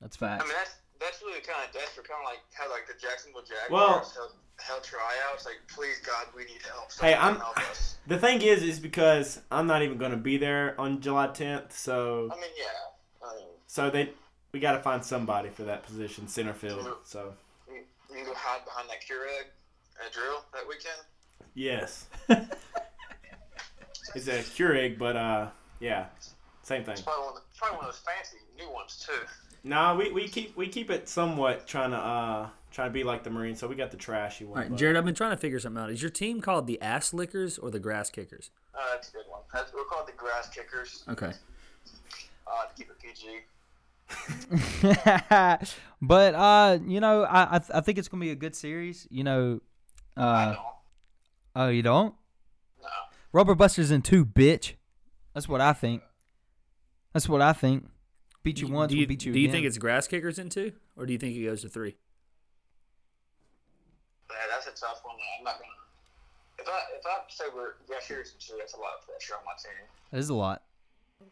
S1: That's
S5: I
S1: facts.
S5: mean, that's that's really kind of desperate, kind of like how like the Jacksonville Jaguars
S3: Well-
S5: held, held tryouts. Like, please God, we need help.
S3: Hey,
S5: Someone
S3: I'm-
S5: help us.
S3: The thing is, is because I'm not even gonna be there on July 10th, so
S5: I mean, yeah. I mean,
S3: so they we gotta find somebody for that position, center field. So
S5: you, you can go hide behind that Keurig and drill that weekend.
S3: yes, it's a Keurig, but uh, yeah, same thing.
S5: It's probably one, of the, probably one of those fancy new ones too.
S3: Nah, we, we keep we keep it somewhat trying to uh trying to be like the Marine, so we got the trashy
S4: All
S3: one.
S4: right,
S3: but-
S4: Jared,
S2: I've been trying to figure something out. Is your team called the Ass Lickers or the Grass Kickers?
S5: Uh, that's a good one. That's, we're called the Grass Kickers.
S4: Okay.
S5: Uh, to keep it PG.
S1: but uh, you know, I I, th- I think it's gonna be a good series. You know,
S5: I
S1: uh,
S5: don't.
S1: oh, you don't?
S5: No.
S1: Rubber Buster's in two, bitch. That's what I think. That's what I think. Beat you once,
S2: do
S1: we'll
S2: you,
S1: beat you
S2: do you
S1: again.
S2: think it's Grass Kickers in two, or do you think it goes to three?
S5: Yeah, that's a tough one. I'm not gonna. If I if I say we're Grass Kickers and shit, that's a lot of pressure on my team.
S1: That is a lot.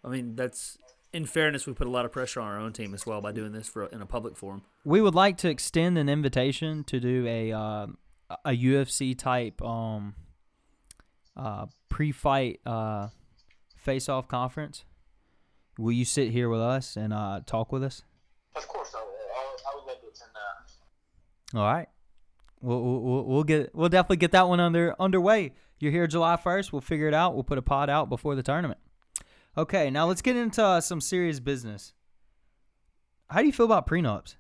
S2: I mean, that's in fairness, we put a lot of pressure on our own team as well by doing this for in a public forum.
S1: We would like to extend an invitation to do a um, a UFC type um uh pre-fight uh face-off conference. Will you sit here with us and uh talk with us?
S5: Of course, I would. I would, I would love to attend that.
S1: All right. We'll, we'll- we'll, we'll get we'll definitely get that one under underway. You're here July 1st. We'll figure it out. We'll put a pod out before the tournament. Okay, now let's get into uh, some serious business. How do you feel about prenups?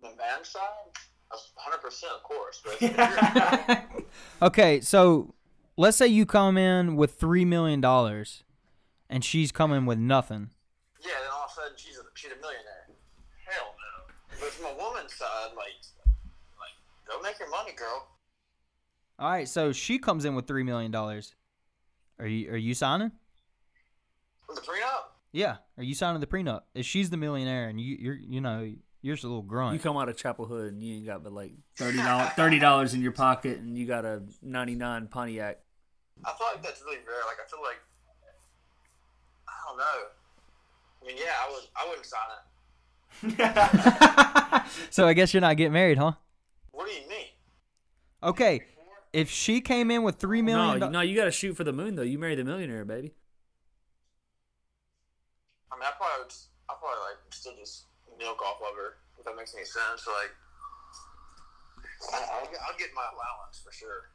S5: the man side, hundred percent, of course. But if you're-
S1: Okay, so let's say you come in with three million dollars, and she's coming with nothing.
S5: yeah, then all of a sudden she's a, she's a millionaire. Hell no. But from a woman's side, like, like go make your money, girl.
S1: All right, so she comes in with three million dollars. Are you are you signing?
S5: The prenup.
S1: Yeah, are you signing the prenup? If she's the millionaire and you you're you know you're just a little grunt.
S2: You come out of Chapel Hood and you ain't got but like
S4: Thirty dollars. Thirty dollars in your pocket.
S2: and you got a '99 Pontiac.
S5: I feel like that's really rare. Like I feel like I don't know. I mean, yeah, I would. I wouldn't sign it.
S1: so I guess you're not getting married, huh?
S5: What do you mean?
S1: Okay, if she came in with three
S2: No,
S1: million,
S2: you- no, you got to shoot for the moon though. You marry the millionaire, baby.
S5: I mean, I probably would. I probably like still just milk off of her if that makes any sense. Like, I- I'll, get- I'll get my allowance for sure.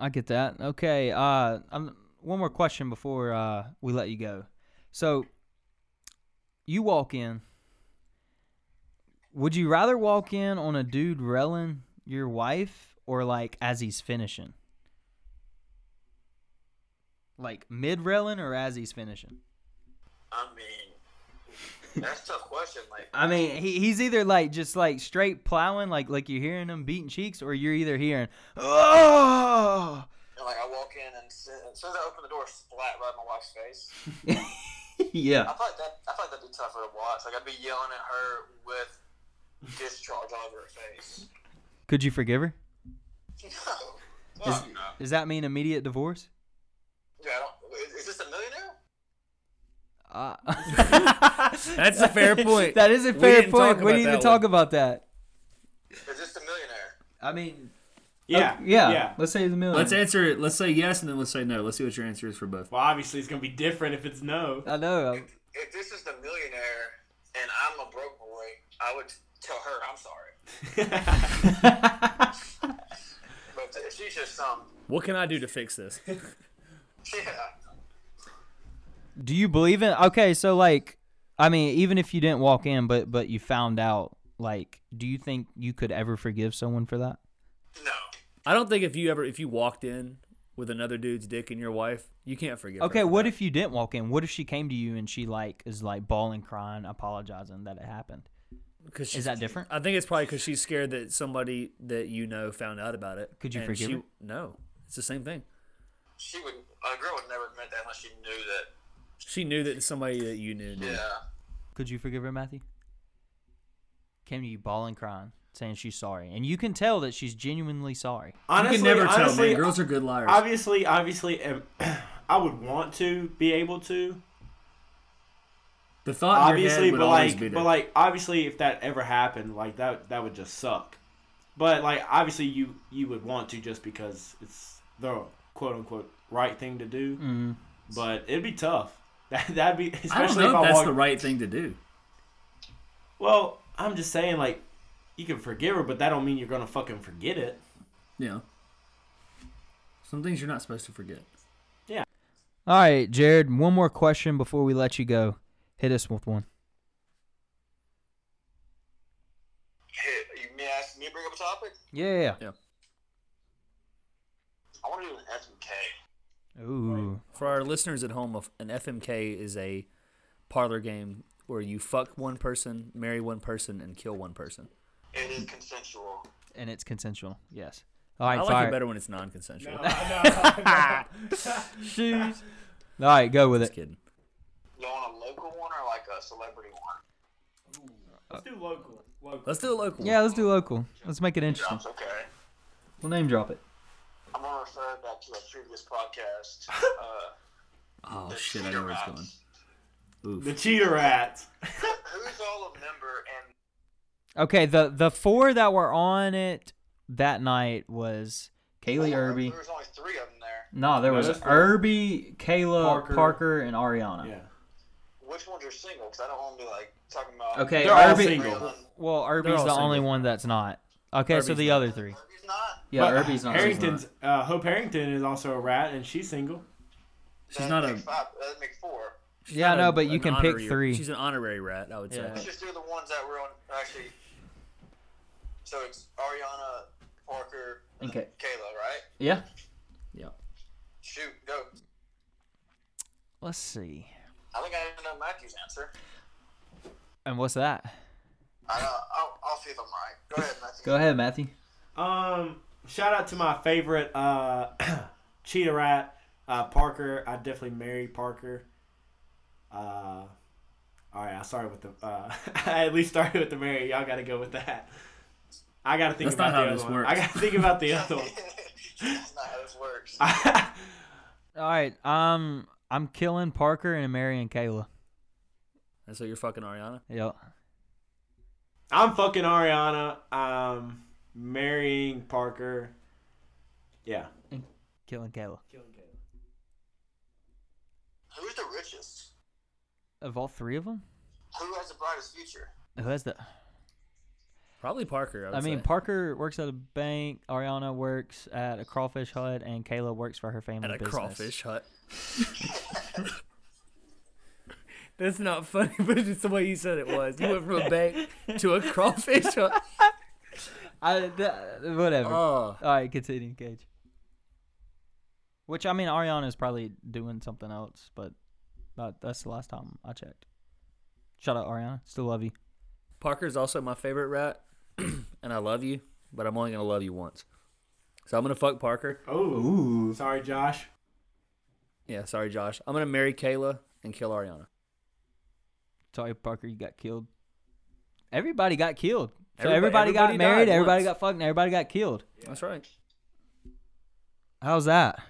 S1: I get that. Okay, uh, um one more question before uh, we let you go. So you walk in. Would you rather walk in on a dude relling your wife or like as he's finishing? Like mid relling or as he's finishing?
S5: I mean, that's a tough question. Like,
S1: I mean, he, he's either like just like straight plowing, like like you're hearing him beating cheeks, or you're either hearing oh,
S5: and, like I walk in and s- as soon as I open the door, splat right in my wife's face.
S1: yeah,
S5: I feel like that. I feel like that'd be tougher to watch. Like I'd be yelling at her with discharge all over her face.
S1: could you forgive her?
S5: No. Fuck no.
S1: Does that mean immediate divorce?
S5: Dude, I don't, is, is this a millionaire?
S1: Uh,
S2: That's a fair point.
S1: that is a
S2: We
S1: fair
S2: didn't talk
S1: point. We
S2: about
S1: didn't even
S2: that
S1: talk
S2: one.
S1: about that.
S5: Is this a millionaire?
S1: I mean,
S3: yeah.
S1: Oh, yeah,
S3: Yeah.
S1: Let's say he's a million.
S4: Let's answer it. Let's say yes, and then let's say no. Let's see what your answer is for both.
S3: Well, obviously it's gonna be different if it's no.
S1: I know. I'm-
S5: If this is the millionaire and I'm a broke boy, I would tell her I'm sorry. But if she's just some,
S2: What can I do to fix this?
S5: yeah,
S1: Do you believe in? Okay, so like, I mean, even if you didn't walk in, but but you found out, like, do you think you could ever forgive someone for that?
S5: no.
S2: I don't think if you ever if you walked in with another dude's dick in your wife, you can't forgive. her
S1: Okay,
S2: for
S1: what
S2: that.
S1: if you didn't walk in? What if she came to you and she like is like bawling, crying, apologizing that it happened?
S2: 'Cause she-
S1: Is that different?
S2: I think it's probably because she's scared that somebody that you know found out about it.
S1: Could you
S2: and
S1: forgive
S2: she-
S1: her?
S2: No, it's the same thing.
S5: She would. A girl would never admit that unless she knew that.
S2: She knew that somebody that you knew. knew.
S5: Yeah.
S1: Could you forgive her, Matthew? Came to you bawling, crying, saying she's sorry, and you can tell that she's genuinely sorry.
S3: Honestly,
S4: you can never tell,
S3: honestly,
S4: man. Girls are good liars.
S3: Obviously, obviously, um, I would want to be able to.
S4: the thought in your
S3: Obviously,
S4: head would
S3: but
S4: always
S3: like,
S4: be
S3: but
S4: there.
S3: like, obviously, if that ever happened, like that, that would just suck. But like, obviously, you you would want to just because it's the quote unquote right thing to do.
S1: Mm.
S3: But it'd be tough. That that'd be
S4: Mm-hmm. I don't
S3: especially
S4: know if
S3: if I
S4: that's
S3: walked.
S4: the right thing to do.
S3: well, I'm just saying, like, you can forgive her, but that don't mean you're gonna fucking forget it.
S4: You know, some things you're not supposed to forget.
S1: All right, Jared, one more question before we let you go. Hit us with one.
S5: Hey, you may ask me to bring up a topic.
S1: Yeah.
S5: I want to do an SMK.
S1: Ooh.
S2: For our listeners at home, an FMK is a parlor game where you fuck one person, marry one person, and kill one person.
S5: It is consensual.
S1: And it's consensual. Yes. All right,
S2: I like
S1: fire.
S2: it better when it's non-consensual.
S1: Shoes. All right, go with
S2: Just
S1: it.
S2: kidding.
S5: You want a local one or like a celebrity one?
S3: Let's do local. Local.
S2: Let's do a local.
S1: Yeah, let's do local. Let's make it interesting.
S5: Jobs, okay.
S1: We'll name drop it.
S5: I'm gonna refer back to a previous podcast. Uh,
S4: Oh
S5: the
S4: shit! I know where it's going.
S5: Cheetahs.
S3: The cheetah rats.
S5: Who's all a member and
S1: Okay, the the four that were on it that night was Kaylee Irby.
S5: There was only three of them there.
S1: No, there
S3: No,
S1: was
S3: that's four.
S1: Irby, Kayla, Parker,
S3: Parker.
S1: and Ariana.
S3: Yeah.
S5: Which ones are single? Because I don't want to be like talking about.
S1: Okay,
S3: They're all
S1: Irby-
S3: single.
S1: Well, Irby's
S2: They're
S1: the
S2: all
S1: only
S2: single.
S1: one that's not. Okay, so
S2: Irby's
S1: the
S2: not.
S1: other three.
S5: He's not.
S1: Yeah,
S3: But
S1: Irby's not.
S3: Harrington's uh, Hope Harrington is also a rat, and she's single.
S4: She's not a-
S5: Make five, that'd make four.
S2: She's
S1: Yeah, I
S2: not
S1: know,
S2: a-
S1: but you
S2: an
S1: can pick
S2: honorary-
S1: three.
S2: She's an honorary rat, I would say.
S1: Yeah.
S5: Let's just do the ones that were on. Actually, So it's Ariana, Parker, and
S1: Okay.
S5: Kayla, right?
S1: Yeah.
S5: Shoot, go.
S1: Let's see.
S5: I think I know Matthew's answer.
S1: And what's that?
S5: I, uh, I'll, I'll see if I'm right. Go ahead, Matthew.
S1: Go ahead, Matthew.
S3: Um, shout out to my favorite uh, cheetah rat, uh, Parker. I definitely marry Parker. Uh, all right, I started with the. Uh, I at least started with the marry. Y'all got to go with that. I got to think
S4: That's
S3: about
S4: not how
S3: the
S4: this
S3: other one.
S4: works.
S3: I got to think about the other one.
S5: That's not how this works.
S1: All right. Um, I'm killing Parker and marrying Kayla.
S2: And so you're fucking Ariana.
S1: Yep.
S3: I'm fucking Ariana. Um, marrying Parker. Yeah.
S1: Killing Kayla.
S5: Who's the richest?
S1: Of all three of them,
S5: Who has the brightest future?
S1: who has the?
S2: Probably Parker. I, would
S1: I mean,
S2: say.
S1: Parker works at a bank. Ariana works at a crawfish hut, and Kayla works for her family
S2: at a
S1: business.
S2: crawfish hut.
S4: That's not funny, but it's the way you said it was. You went from a bank to a crawfish.
S1: I th- whatever.
S2: Oh,
S1: All right, continue, Cage. Which I mean, Ariana's probably doing something else, but that, that's the last time I checked. Shout out Ariana, still love you.
S2: Parker's also my favorite rat, and I love you, but I'm only gonna love you once. So I'm gonna fuck Parker.
S3: Oh. Sorry, Josh.
S2: Yeah, sorry, Josh. I'm gonna marry Kayla and kill Ariana.
S1: Sorry, Parker, you got killed. Everybody got killed. So everybody,
S2: Everybody-
S1: got
S2: everybody
S1: married.
S2: died
S1: Everybody
S2: once.
S1: got fucked. And everybody got killed.
S2: That's right.
S1: How's that,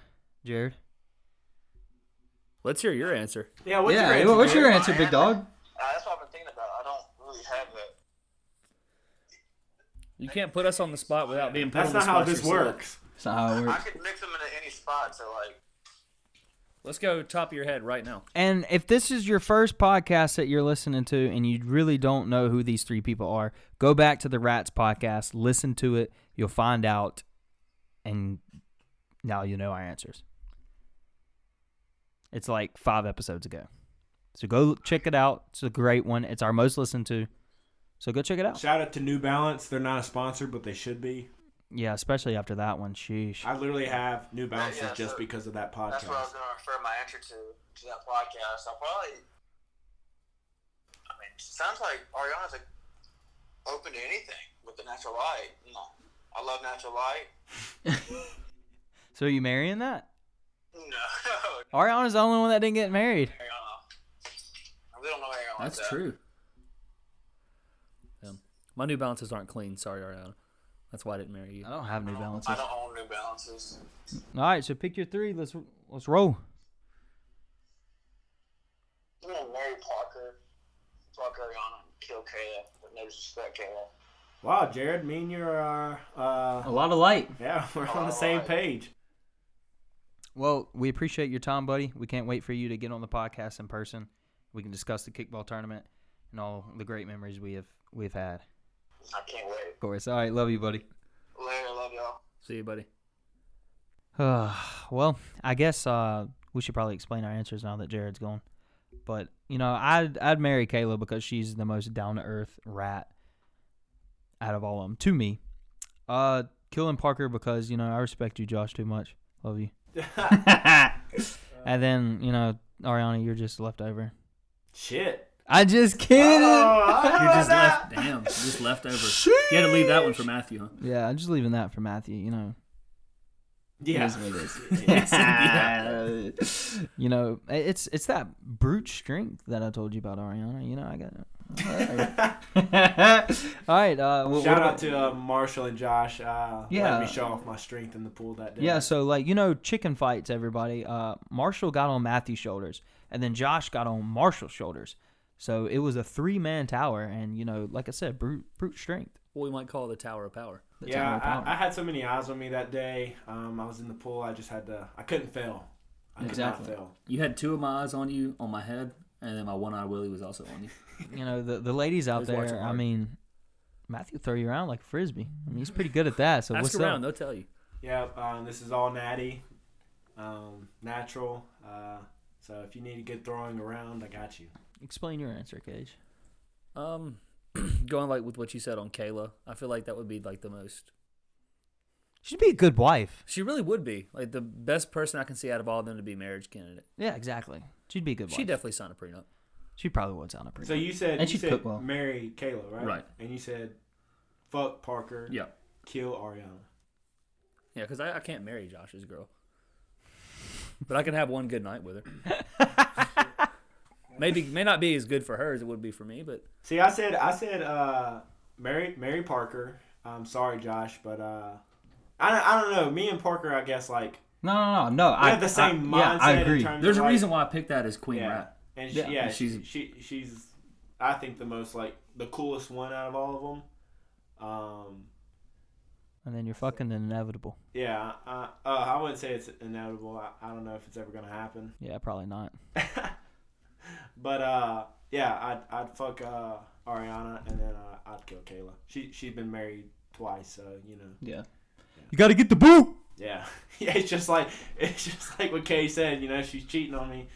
S1: Jared?
S2: Let's hear your answer.
S3: Yeah. What's your answer? What's
S5: your answer, big dog? Uh, that's what I've been thinking about. I don't really have that.
S2: You can't put us on the spot without being put
S3: That's
S2: on the
S3: not
S2: spot.
S3: how this
S2: yourself.
S3: works.
S1: That's not how it
S5: I could mix them into any spot, so like.
S2: Let's go top of your head right now.
S1: And if this is your first podcast that you're listening to and you really don't know who these three people are, go back to the Rats podcast, listen to it, you'll find out, and now you know our answers. It's like five episodes ago. So go check it out. It's a great one. It's our most listened to. So go check it out.
S3: Shout out to New Balance. They're not a sponsor, but they should be.
S1: Yeah, especially after that one. Sheesh.
S3: I literally have New Balances
S5: Yeah,
S3: just
S5: so
S3: because of that
S5: That's what I was
S3: podcast.
S5: going to refer my answer to to that podcast. I'll probably. I mean, it sounds like Ariana's like open to anything with the natural light. You know, I love natural light.
S1: So you marrying that?
S5: No, Ariana,
S1: Ariana's the only one that didn't get married.
S5: I really don't know Ariana.
S4: That's true.
S2: My New Balances aren't clean. Sorry, Ariana. That's why I didn't marry you.
S4: Oh.
S1: I don't have New Balances.
S5: I
S1: All
S5: don't own New Balances.
S1: right, so pick your three. Let's let's roll.
S5: I'm gonna marry Parker, fuck Ariana, and kill Kayla, but no disrespect Kayla.
S3: Wow, Jared, me and you are, uh,
S1: lot of light.
S3: yeah, we're on the
S5: Oh,
S3: same
S5: I-
S3: page.
S1: Well, we appreciate your time, buddy. We can't wait for you to get on the podcast in person. We can discuss the kickball tournament and all the great memories we have we've had.
S5: I can't wait.
S1: Of course. All right, love you, buddy.
S5: Later, love y'all.
S2: See you, buddy.
S1: well, I guess uh, we should probably explain our answers now that Jared's gone. But you know, I'd I'd marry Kayla because she's the most down to earth rat out of all of them to me. Uh, killing Parker because you know I respect you, Josh, too much. Love you. and then you know, Ariana, you're just left over.
S3: Shit.
S1: I just kidding.
S3: Oh,
S4: You just left. Damn, you just left over. You had to leave that one for Matthew, huh?
S1: Yeah, I'm just leaving that for Matthew. You know,
S3: Yeah.
S1: you know, i- it's it's that brute strength that I told you about, Ariana. You know, I got. All right. Uh, wh- what
S3: Shout
S1: about-
S3: out to uh, Marshall and Josh. Uh, yeah.
S1: Yeah.
S3: Let me show off my strength in the pool that day.
S1: Yeah, so like you know, chicken fights. Everybody, uh, Marshall got on Matthew's shoulders, and then Josh got on Marshall's shoulders. So it was a three-man tower, and you know, like I said, brute brute strength.
S2: What we might call the Tower of Power.
S1: That's
S3: Yeah,
S1: our power.
S3: I, I had so many eyes on me that day. Um, I was in the pool. I just had to. I couldn't fail. I could
S1: Exactly.
S3: not fail.
S4: You had two of my eyes on you, on my head, and then my one eye Willie was also on you.
S1: you know, the the ladies out
S2: Always watch
S1: there.
S2: it
S1: I
S2: hard.
S1: mean, Matthew throw you around like a frisbee. I mean, he's pretty good at that. So
S2: Ask
S1: what's
S2: around.
S1: up?
S2: They'll tell you.
S3: Yeah. Um, this is all natty, um, natural. Uh, so if you need a good throwing around, I got you.
S1: Explain your answer, Cage.
S2: Um, going like with what you said on Kayla, I feel like that would be like the most.
S1: She'd be a good wife.
S2: She really would be like the best person I can see out of all of them to be marriage candidate.
S1: Yeah, exactly. She'd be a good wife.
S2: She definitely signed a prenup.
S1: She probably would sound a pretty.
S3: So you said
S1: And she
S3: you said
S1: cooked well.
S3: marry Kayla, right?
S2: Right.
S3: And you said fuck Parker.
S2: Yeah,
S3: Kill Ariana.
S2: yeah, because I, I can't marry Josh's girl, but I can have one good night with her. Maybe may not be as good for her as it would be for me, but
S3: See, I said I said uh, marry Mary Parker. I'm sorry, Josh, but uh, I don't, I don't know. Me and Parker, I guess like
S1: no, no, no, no.
S3: we
S1: I
S3: have the same
S1: I,
S3: mindset.
S1: Yeah, I
S3: In
S1: agree.
S3: terms
S2: there's
S3: of,
S2: a
S3: like,
S2: reason why I picked that as Queen
S3: Yeah.
S2: Rat.
S3: And she, yeah,
S1: Yeah,
S2: and
S3: she's
S2: she's-
S3: she, she's I think the most like the coolest one out of all of them. Um,
S1: And then you're fucking inevitable.
S3: yeah, I, uh, I wouldn't say it's inevitable. I, I don't know if it's ever gonna happen.
S1: Yeah, probably not.
S3: But uh, yeah, I'd I'd fuck uh, Ariana and then uh, I'd kill Kayla. She she's been married twice, so you know.
S1: Yeah. You gotta get the boot.
S3: Yeah, yeah. It's just like it's just like what Kay said. You know, she's cheating on me.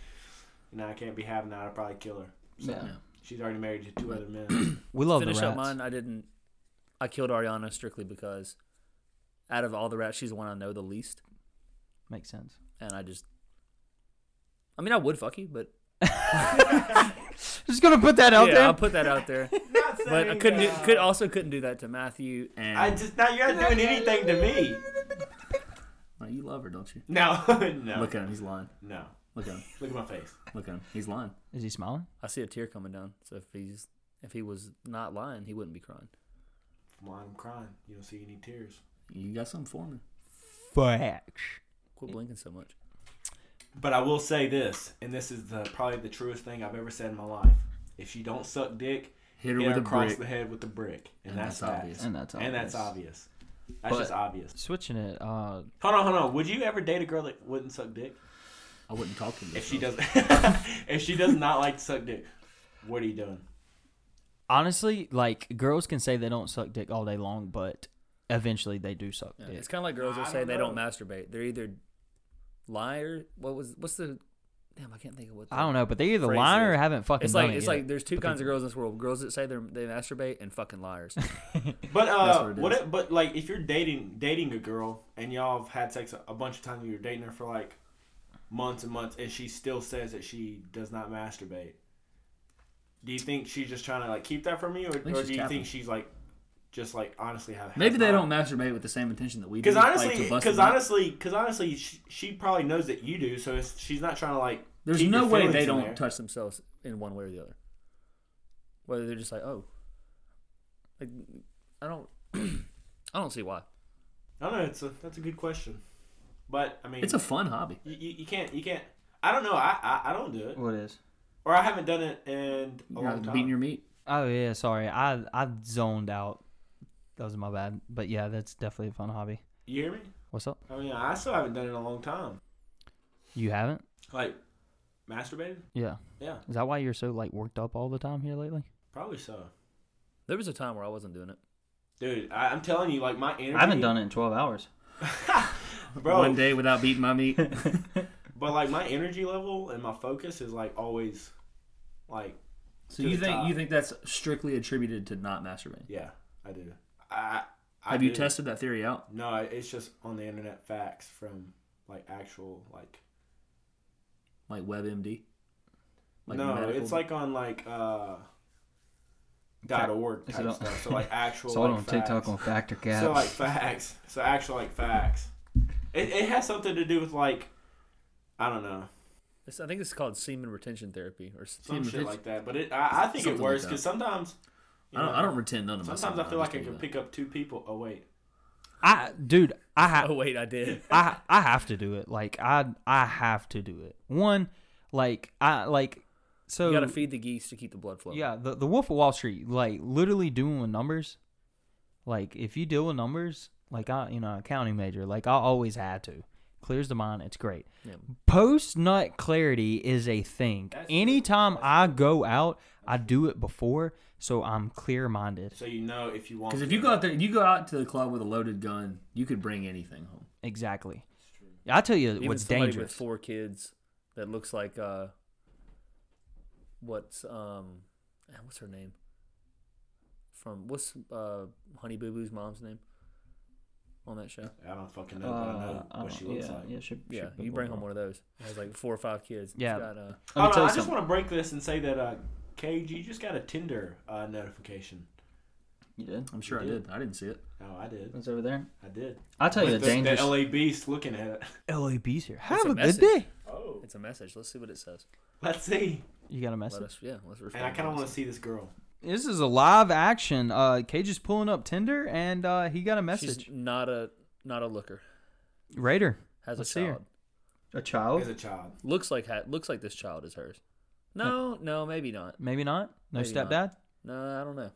S3: You know, I can't be having that. I'd probably kill her. So,
S1: Yeah.
S3: She's already married to two other men.
S1: We love
S2: Finish
S1: the
S2: up
S1: rats.
S2: mine. I didn't. I killed Ariana strictly because out of all the rats, she's the one I know the least,
S1: Makes sense.
S2: and I just. I mean, I would fuck you, but
S1: Just gonna put that out
S2: yeah,
S1: there.
S2: I'll put that out there.
S3: Not
S2: But I
S3: saying,
S2: couldn't do,
S3: uh,
S2: could also couldn't do that to Matthew and
S3: I just now you're not doing anything to me.
S2: Oh, you love her, don't you?
S3: No, no,
S2: Look at him, he's lying.
S3: no.
S2: Look at him,
S3: Look at my face.
S2: look at him, he's lying.
S1: Is he smiling?
S2: I see a tear coming down. So if he's if he was not lying, he wouldn't be crying.
S3: Why I'm crying? You don't see any tears.
S2: You got something for me?
S1: Facts.
S2: Quit blinking so much.
S3: But I will say this, and this is the probably the truest thing I've ever said in my life. If you don't suck dick,
S4: Hit her
S3: hit
S4: with
S3: her
S4: a
S3: across
S4: brick.
S3: the head with the brick, and,
S4: And
S3: that's,
S4: that's
S3: that.
S4: obvious.
S1: And that's
S3: And that's obvious. That's
S1: But-
S3: just obvious.
S1: Switching it. Uh,
S3: Hold on, hold on. Would you ever date a girl that wouldn't suck dick?
S4: I wouldn't talk to him.
S3: If she doesn't, if she does not like to suck dick, what are you doing?
S1: honestly, like girls can say they don't suck dick all day long, but eventually they do suck
S2: Yeah,
S1: dick.
S2: It's kind of like girls will
S3: I
S2: say
S3: don't
S2: they don't
S3: know.
S2: masturbate. They're either liar. What was what's the? Damn, I can't think of what.
S1: I don't know, but they either
S2: Phrase
S1: lying or
S2: is-
S1: haven't fucking.
S2: It's
S1: done
S2: like
S1: it
S2: it's
S1: yet.
S2: like there's two kinds of girls in this world: girls that say they they masturbate and fucking liars.
S3: But
S2: That's
S3: uh,
S2: what it
S3: what?
S2: is.
S3: It, but like, if you're dating dating a girl and y'all have had sex a, a bunch of times, and you're dating her for like months and months, and she still says that she does not masturbate. Do you think she's just trying to like keep that from you, or, or do
S4: think
S3: you
S4: she's capping.
S3: think she's like just like honestly have?
S4: Maybe they don't masturbate with the same intention that we do.
S3: Because honestly,
S4: like, to bust
S3: because
S4: them out.
S3: honestly, because honestly, she, she probably knows that you do, so it's, she's not trying to like.
S4: there's
S3: keep
S4: no
S3: your
S4: way
S3: feelings
S4: they
S3: in
S4: don't
S3: there.
S4: touch.
S2: touch themselves in one way or the other. Whether they're just like, oh, like I don't, I don't see why.
S3: I don't know. It's a that's a good question, but I mean,
S4: It's a fun hobby.
S3: you, you, you can't you can't. I don't know. I, I I don't do it,
S1: What is?
S3: or I haven't done it in a
S4: You're
S3: long
S4: not
S3: time.
S4: beating your meat.
S1: Oh yeah, sorry. I I zoned out. That was my bad. But yeah, that's definitely a fun hobby.
S3: You hear me?
S1: What's up?
S3: I mean, I still haven't done it in a long time.
S1: You haven't?
S3: Like, masturbated?
S1: Yeah.
S3: Yeah,
S1: Is that why you're so like worked up all the time here lately?
S3: probably so.
S2: There was a time where I wasn't doing it.
S3: Dude, I, I'm telling you, like, my energy.
S1: it in 12 hours.
S3: Bro,
S4: One day without beating my meat.
S3: But, like, my energy level and my focus is, like, always, like,
S4: So
S3: To
S4: you
S3: the
S4: think
S3: top.
S4: you think that's strictly attributed to not masturbating?
S3: yeah, I do. I, I
S4: Have you
S3: do.
S4: tested that theory out?
S3: No, I- it's just on the internet facts from, like, actual, like.
S4: Like WebMD?
S3: no,
S4: medical-
S3: it's like on, like, uh. Dot org
S1: Is
S3: type
S1: it on-
S3: stuff. So like actual.
S1: It's all
S3: like,
S1: on TikTok
S3: facts.
S1: on Factor
S3: So like
S1: Caps.
S3: facts. So actual like facts. It, it has something to do with like I don't know
S2: It's, I think it's called semen retention therapy or s-
S3: some
S4: Semen
S3: shit
S4: retention-
S3: like that. But it I, I think it
S4: Something
S3: works
S4: like
S3: because sometimes you
S4: I don't,
S3: know,
S4: I don't retend none of my
S3: sometimes I
S4: semen,
S3: feel like I
S4: just
S3: can
S4: do
S3: pick up two people. Oh wait,
S1: I dude, I ha-
S2: Oh wait, I did.
S1: I I have to do it. Like I I have to do it. One like I like so
S2: You gotta feed the geese to keep the blood flowing.
S1: Yeah, the the Wolf of Wall Street, like literally dealing with numbers. Like if you deal with numbers, like I, you know, accounting major, like I always had to. Clears the mind. It's great.
S2: Yeah.
S1: Post nut clarity is a thing. Anytime I go out, I do it before, so I'm clear minded.
S3: so you know if you want.
S4: Because if you go out there, you go out to the club with a loaded gun, you could bring anything home.
S1: Exactly. I tell you
S2: Even
S1: what's
S2: somebody
S1: dangerous.
S2: with four kids that looks like uh, what's um, ah, what's her name? from what's uh, Honey Boo Boo's mom's name on that show?
S3: I don't fucking know, but I know
S1: Uh, I
S3: what
S1: don't-
S3: she looks
S1: yeah,
S3: like.
S1: Yeah, she,
S2: Yeah, you bring home one of those. It has like four or five kids. It's
S1: Yeah.
S2: got, uh,
S1: Let me
S3: Oh, no,
S1: tell
S3: I
S1: you
S3: just
S1: something.
S3: want to break this and say that uh, Cage, you just got a Tinder uh, notification.
S1: You did.
S2: I'm sure I
S3: did.
S2: did. I didn't see it.
S3: Oh, I did.
S1: It's over there.
S3: I did.
S1: I'll tell you
S3: With
S1: the
S3: the, the
S1: dangerous.
S3: LA Beast looking at it.
S1: LAB's here.
S2: It's
S1: Have
S2: a
S1: a, good
S2: message.
S1: day.
S3: Oh.
S2: It's a message. Let's see what it says.
S3: Let's see.
S1: You got a
S2: Let
S1: message.
S2: us, yeah, let's
S3: And I kind of want to see this girl.
S1: This is a live action. Uh, Cage is pulling up Tinder, and uh, he got a message.
S2: She's not a not a looker.
S1: Raider
S2: Has
S1: Let's
S2: a
S1: see her.
S2: child.
S1: a
S3: As
S1: child?
S3: a child.
S2: Looks like ha- looks like this child is hers. No, no, maybe not.
S1: Maybe not. No
S2: Maybe not.
S1: stepdad.
S2: No, I don't know.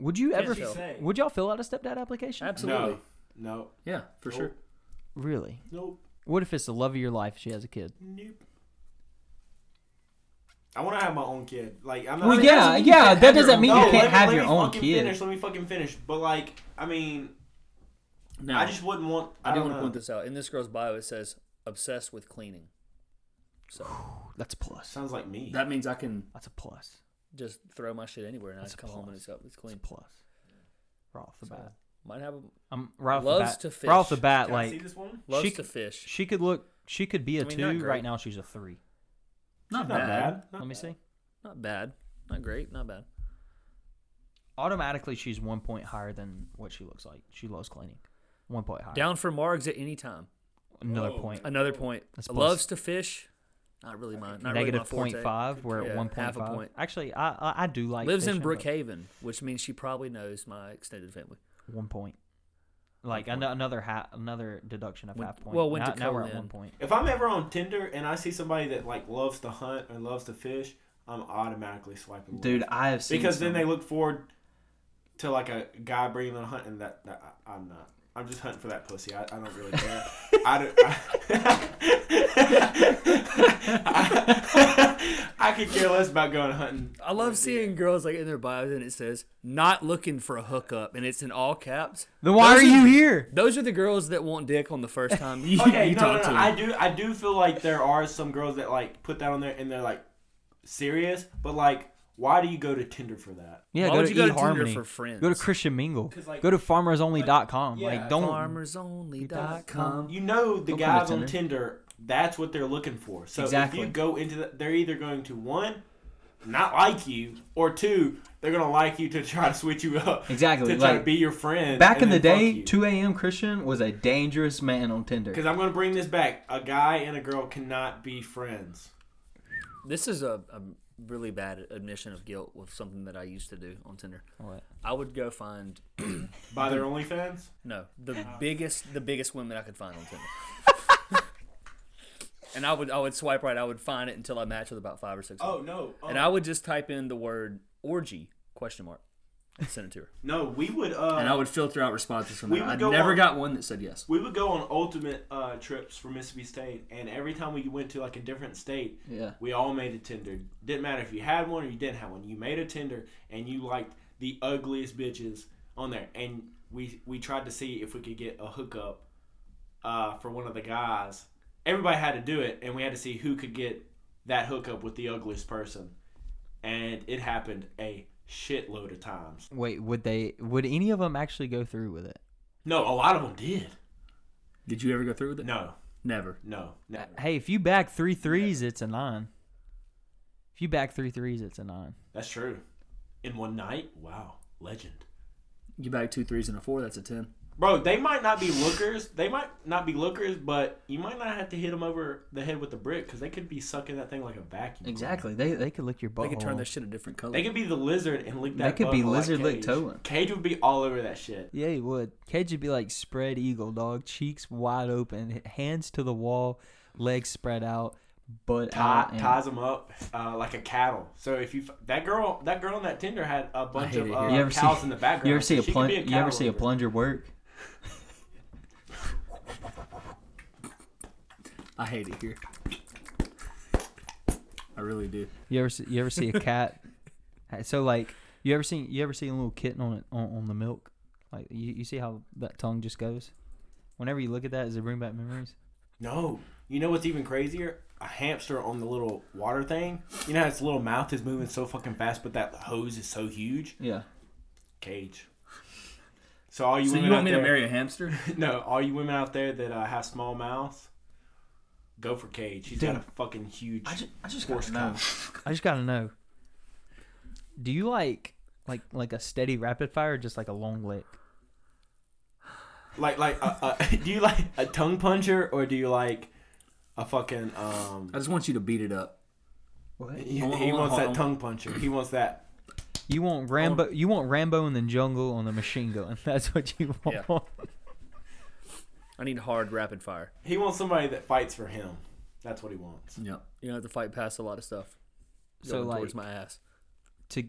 S1: Would you ever?
S2: she say?
S1: Would y'all fill out a stepdad application?
S2: Absolutely.
S3: No. No.
S2: Yeah, for
S3: Nope.
S2: sure.
S1: Really?
S3: Nope.
S1: What if it's the love of your life? She has a kid.
S3: Nope. I want to have my own kid. Like I'm not.
S1: Well,
S3: saying-
S1: yeah, yeah. That doesn't mean
S3: No,
S1: you
S3: let
S1: can't
S3: me-
S1: have
S3: let
S1: your
S3: me
S1: own
S3: fucking
S1: kid.
S3: Finish. Let me fucking finish. But like, I mean,
S2: Now,
S3: I just wouldn't want. I,
S2: I do
S3: don't
S2: want to
S3: know.
S2: point this out. In this girl's bio, it says obsessed with cleaning. So
S1: That's a plus.
S3: Sounds like me.
S2: that means I can
S1: That's a plus.
S2: just throw my shit anywhere and I
S1: That's a
S2: come home and
S1: plus.
S2: it's up. It's
S1: That's a
S2: clean.
S1: plus. Right off the bat.
S2: Might have a,
S1: I'm Um, right off
S2: Loves
S1: the bat.
S2: to
S1: Right off the
S2: fish.
S1: bat,
S3: Can I see
S1: like
S3: this one?
S2: loves
S1: She
S2: to
S1: c-
S2: fish.
S1: she could look. She could be a
S2: I mean, not
S1: two.
S2: great.
S1: Right now, she's a three.
S2: not,
S3: Not
S2: bad.
S3: bad.
S1: Let me see.
S2: Not bad. Not great. Not bad.
S1: Automatically, she's one point higher than what she looks like. She loves cleaning. One point higher.
S2: Down Oh, for margs at any time.
S1: Another
S3: Whoa.
S1: point.
S2: Another point.
S1: That's plus.
S2: Loves to fish. Not really mine. Not really my
S1: Negative
S2: forte.
S1: point five. We're
S2: Yeah,
S1: at one point
S2: half a
S1: five.
S2: point.
S1: Actually, I I, I do like
S2: Lives in
S1: fishing, but
S2: Brookhaven, which means she probably knows my extended family.
S1: One point. Like ano- another ha- another deduction of
S2: Went-
S1: half point.
S2: well, went
S1: now,
S2: to
S1: now we're at
S2: Colin.
S1: one point.
S3: If I'm ever on Tinder and I see somebody that like loves to hunt or loves to fish, I'm automatically swiping. left.
S1: I have
S3: because then they look forward to like a guy bringing them a hunt, and that, that I, I'm not. I'm just hunting for that pussy. I, I don't really care. I don't. I, I could care less about going hunting.
S4: I love seeing girls like in their bios and it says not looking for a hookup and it's in all caps.
S1: Then why
S4: Those
S1: are you here?
S4: Those are the girls that want dick on the first time you,
S3: Okay,
S4: you
S3: no,
S4: talk
S3: no, no,
S4: to them.
S3: I do. I do feel like there are some girls that like put that on there and they're like serious, but like, why do you go to Tinder for that?
S1: Yeah,
S2: Why
S1: go
S2: would
S1: to
S2: you go to Tinder
S1: eHarmony.
S2: for friends?
S1: Go to Christian Mingle.
S3: 'Cause, like-
S1: go to farmersonly.com.
S3: yeah,
S1: like don't
S4: Farmersonly.com.
S3: You know
S1: Don't
S3: the
S1: go to
S3: guys
S1: Tinder.
S3: on Tinder. That's what they're looking for. So
S1: Exactly.
S3: if you go into that, they're either going to one, not like you, or two, they're gonna like you to try to switch you up.
S1: Exactly,
S3: To try to
S1: like,
S3: be your friend.
S1: Back in the day, 2 a.m. Christian was a dangerous man on Tinder.
S3: Because I'm gonna bring this back. A guy and a girl cannot be friends.
S2: This is a, a really bad admission of guilt with something that I used to do on Tinder.
S1: What?
S2: I would go find
S3: By their OnlyFans.
S2: no the biggest the biggest women I could find on Tinder. and I would I would swipe right. I would find it until I matched with about five or six. women.
S3: Oh, no.
S2: And I would just type in the word orgy question mark and send it to her.
S3: no, we would. Uh,
S2: And I would filter out responses from
S3: We
S2: that.
S3: would
S2: I
S3: go
S2: never
S3: on-
S2: got one that said yes.
S3: we would go on ultimate uh, trips for Mississippi State, and every time we went to like a different state,
S1: Yeah.
S3: we all made a Tinder. Didn't matter if you had one or you didn't have one. You made a Tinder, and you liked the ugliest bitches on there. And we we tried to see if we could get a hookup uh, for one of the guys. Everybody had to do it, and we had to see who could get that hookup with the ugliest person. And it happened a shitload of times.
S1: Wait, would they? Would any of them actually go through with it?
S3: No, a lot of them did.
S4: Did you ever go through with it?
S3: No,
S4: Never.
S3: no, never.
S1: Hey, if you back three threes, it's a nine. If you back three threes, it's a nine.
S3: That's true. In one night? Wow. Legend.
S4: You bag two threes and a four, that's a ten.
S3: Bro, they might not be lookers. They might not be lookers, but you might not have to hit them over the head with a brick because they could be sucking that thing like a vacuum.
S1: Exactly. They they could lick your butt.
S4: They could turn that shit a different color.
S3: They could be the lizard and lick
S1: They
S3: that.
S1: could be
S3: butthole like
S1: lizard lick
S3: Cage.
S1: toeing.
S3: Cage would be all over that shit.
S1: Yeah, he would. Cage would be like spread eagle, dog, cheeks wide open, hands to the wall, legs spread out, butt
S3: Tie,
S1: out. Oh, and-
S3: ties them up uh, like a cattle. So if you f- that girl that girl on that Tinder had a bunch
S4: hate
S3: of
S4: it
S3: uh,
S4: here.
S1: you ever
S3: cows
S1: see
S3: in the background.
S1: You ever see a
S3: She could
S1: plun-
S3: be
S1: You ever
S3: cattle
S1: see a
S3: raiser.
S1: plunger work?
S4: I hate it here. I really do.
S1: You ever see, you ever see a cat? so like you ever seen you ever seen a little kitten on it on, on the milk? Like you, you see how that tongue just goes. Whenever you look at that, does it bring back memories?
S3: No. You know what's even crazier? A hamster on the little water thing. You know how its little mouth is moving so fucking fast, but that hose is so huge?
S1: Yeah.
S3: Cage. So all you
S2: so
S3: women
S2: you want
S3: out
S2: me to
S3: there-
S2: marry a hamster?
S3: No, all you women out there that uh, have small mouths, go for Cage. He's got a fucking huge.
S2: I just, I just
S3: Horse
S2: gotta know.
S1: I just gotta know. Do you like like like a steady rapid fire, or just like a long lick?
S3: Like, like, uh, uh, do you like a tongue puncher or do you like a fucking? Um,
S2: I just want you to beat it up.
S3: he,
S2: I want-
S3: he
S2: I want-
S3: wants
S2: hold
S3: that
S2: on.
S3: tongue puncher. He wants that.
S1: You want Rambo? You want Rambo in the jungle on the machine gun? That's what you want.
S2: Yeah. I need hard rapid fire.
S3: He wants somebody that fights for him. That's what he wants.
S2: Yep. You don't have to fight past a lot of stuff.
S1: So,
S2: going
S1: like-
S2: towards my ass.
S1: To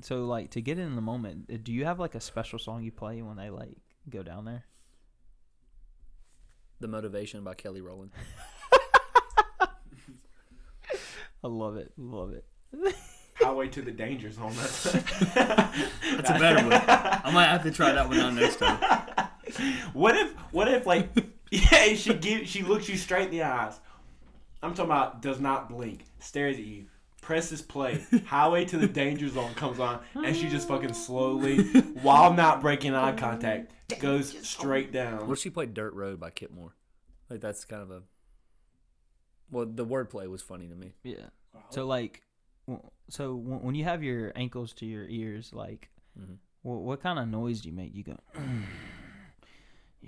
S1: so like to get in the moment. uh, Do you have like a special song you play when they like go down there?
S2: The motivation by Kelly Rowland.
S1: I love it. Love it.
S3: Highway to the danger zone. That's,
S2: That's a better one. I might have to try that one out next time.
S3: what if? What if like? Yeah, she give, she looks you straight in the eyes. I'm talking about does not blink, stares at you, presses play. Highway to the danger zone comes on, and she just fucking slowly, while not breaking eye contact, goes straight
S2: What
S3: down.
S2: if she played Dirt Road by Kip Moore? Like that's kind of a. Well, the wordplay was funny to me.
S1: Yeah. So like, w- so w- when you have your ankles to your ears, like, wh- what kind of noise do you make? You go.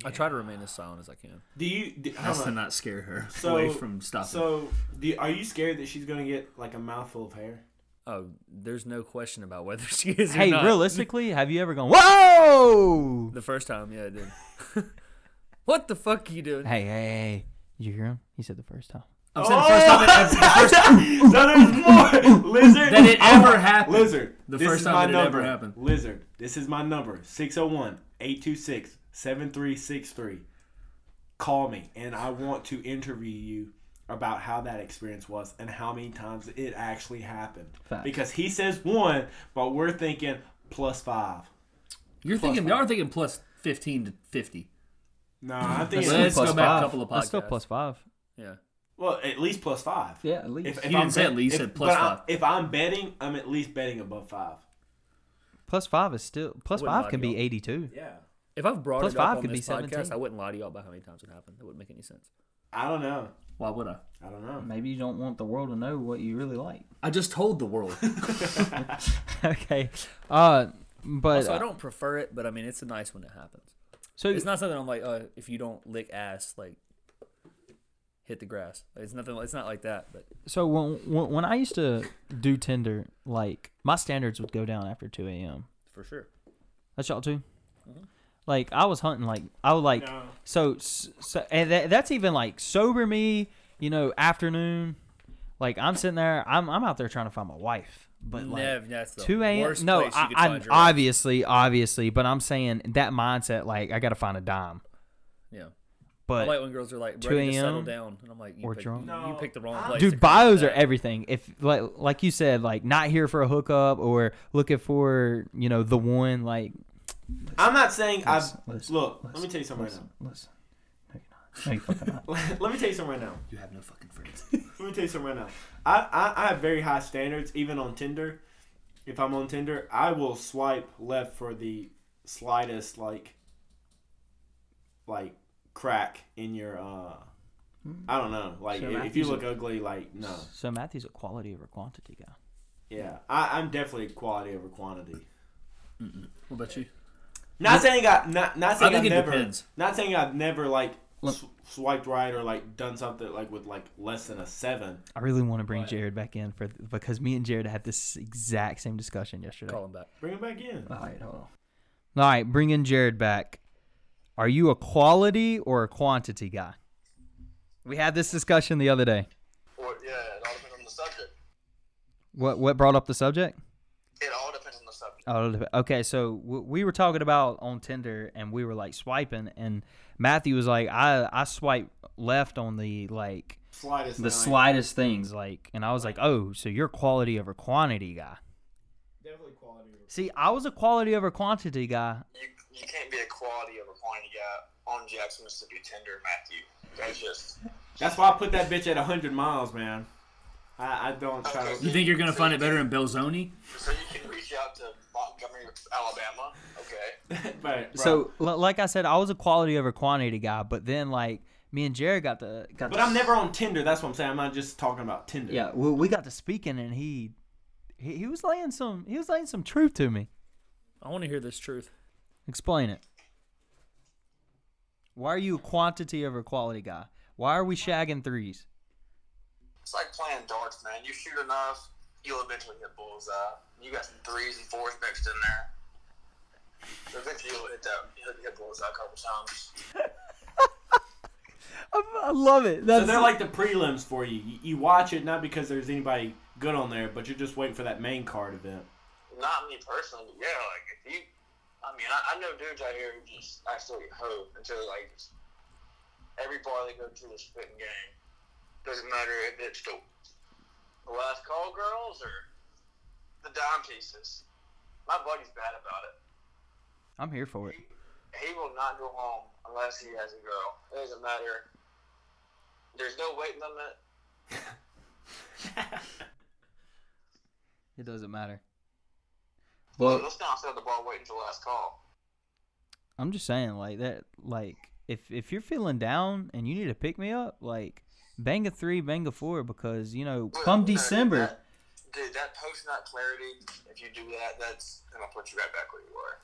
S2: I try to remain as silent as I can.
S3: Do you? Do,
S4: That's
S3: hold
S4: to
S3: on.
S4: not scare her
S3: So-
S4: away from stopping.
S3: So, do, you- are you scared that she's gonna get like a mouthful of hair?
S2: Oh, there's no question about whether she is.
S1: Hey,
S2: or not.
S1: realistically, have you ever gone? Whoa!
S2: The first time, yeah, I did. what the fuck are you doing?
S1: Hey, hey, hey! Did you hear him? He said the first time.
S4: I'm saying the first time that ever,
S3: so there's more lizard
S4: that it ever happened.
S3: Lizard.
S4: The
S3: this
S4: first
S3: is
S4: time
S3: my
S4: that it
S3: number.
S4: ever happened.
S3: Lizard. This is my number. 601-826-7363. Call me and I want to interview you about how that experience was and how many times it actually happened.
S1: Facts.
S3: Because he says one, but we're thinking plus five.
S4: You're thinking, y'all are thinking plus 15 to 50.
S3: No, I think
S4: Hmm. Let's
S3: it's,
S4: go
S2: plus
S4: back
S2: five.
S4: a couple of podcasts.
S1: That's still plus five.
S2: Yeah,
S3: well at least plus five.
S1: Yeah, at least.
S3: If, if
S4: You didn't say at least, you said plus
S3: but I'm-
S4: five.
S3: if I'm betting, I'm at least betting above five.
S1: Plus five is still plus
S2: Wouldn't
S1: five
S2: lie
S1: can
S2: to
S1: be
S2: y'all.
S1: eighty-two.
S3: Yeah.
S2: if I've brought
S1: Plus
S2: it up
S1: five
S2: on
S1: could be
S2: this podcast,
S1: 17.
S2: I wouldn't lie to y'all about how many times it happened. That wouldn't make any sense.
S3: I don't know.
S4: Why would I?
S3: I don't know.
S1: Maybe you don't want the world to know what you really like.
S4: I just told the world.
S1: okay, uh, but
S2: So I
S1: uh,
S2: don't prefer it, but I mean, it's nice when it happens.
S1: so
S2: It's not something I'm like, uh, if you don't lick ass, like hit the grass. Like, It's nothing. It's not like that. But
S1: so when, when when I used to do Tinder, like my standards would go down after two a.m.
S2: for sure,
S1: That's y'all too.
S2: Mm-hmm.
S1: Like I was hunting, like I would like
S3: No.
S1: so so, and that, that's even like sober me, you know, afternoon. Like I'm sitting there, I'm I'm out there trying to find my wife, but like
S2: Nev, that's the
S1: two a.m.
S2: worst
S1: No,
S2: place you
S1: I,
S2: could
S1: I
S2: find your wife.
S1: obviously, obviously, but I'm saying that mindset, like I got to find a dime,
S2: yeah. I
S1: but
S2: like when girls are like
S1: 2
S2: ready to settle
S1: a.m.
S2: down, and I'm like, you
S1: or
S2: picked,
S1: drunk.
S2: You,
S3: No,
S2: you picked the wrong
S3: I'm-
S2: place. to
S1: dude,
S2: come
S1: bios
S2: to
S1: are
S2: that.
S1: everything. If like like you said, like not here for a hookup or looking for you know the one, like
S3: I'm not saying I've
S1: Listen, listen,
S3: look. let me tell you something
S1: listen, no, you're not, no, you fucking not.
S3: right now. let me tell you something right now.
S4: you have no fucking friends.
S3: Let me tell you something right now. I, I I have very high standards even on Tinder. If I'm on Tinder, I will swipe left for the slightest like like crack in your uh I don't know. Like
S1: So
S3: if, if you
S1: Matthew's
S3: look ugly, like no.
S1: So Matthew's a quality over quantity guy.
S3: Yeah, I, I'm definitely quality over quantity.
S4: What about you?
S3: Not saying I not not saying
S4: think
S3: I've
S4: it
S3: never
S4: depends.
S3: not saying I've never like
S1: Look.
S3: sw- swiped right or like done something like with like less than a seven.
S1: I really want to bring Jared back in for because me and Jared had this exact same discussion yesterday.
S2: Call him back.
S3: Bring it back in.
S1: All right, hold on. All right, bring in Jared back. Are you a quality or a quantity guy? We had this discussion the other day.
S5: Or, yeah, it all depends on the subject.
S1: What what brought up the subject?
S5: It all depends on the subject.
S1: Oh, okay. So w- we were talking about on Tinder, and we were like swiping, and Matthew was like, "I I swipe left on the like
S3: Slightest.
S1: the
S3: nine.
S1: slightest things, like," and I was like, "Oh, so you're quality over quantity guy."
S3: Definitely quality. over-
S1: See, I was a quality over quantity guy.
S5: You, you can't be a quality over quantity guy on Jackson, Mississippi Tinder, Matthew. That's just.
S3: That's why I put that bitch at hundred miles, man. I, I don't try
S5: Okay.
S3: to.
S4: You think you're going to find it better in Belzoni?
S5: So you can reach out to Bob Montgomery, Alabama. Okay.
S3: but, bro,
S1: So, l- like I said, I was a quality over quantity guy, but then like me and Jared got the got.
S3: but
S1: to
S3: I'm
S1: s-
S3: never on Tinder. That's what I'm saying. I'm not just talking about Tinder.
S1: Yeah, well, we got to speaking, and he, he he was laying some he was laying some truth to me.
S2: I want to hear this truth.
S1: Explain it. Why are you a quantity over quality guy? Why are we shagging threes?
S5: It's like playing darts, man. You shoot enough, you'll eventually hit bullseye. You got some threes and fours mixed in there. So eventually you'll hit that, you'll hit bullseye a couple times.
S1: I, I love it.
S3: So they're like the prelims for you. you. You watch it not because there's anybody good on there, but you're just waiting for that main card event.
S5: Not me personally, but yeah. Like if you, I mean, I, I know dudes out here who just absolutely hoe until like just every bar they go to is spitting game. Doesn't matter if it's the the last call girls or the dime pieces. My buddy's bad about it.
S1: I'm here for it.
S5: he will not go home unless he has a girl. It doesn't matter. There's no weight limit.
S1: It doesn't matter.
S5: Well,
S1: Well,
S5: let's not set the ball waiting until last call.
S1: I'm just saying like that. Like if if you're feeling down and you need to pick me up, like bang a three, bang a four, because you know come
S5: Dude,
S1: December.
S5: that- dude, that post nut clarity. If you do that, that's gonna put you right back where you were.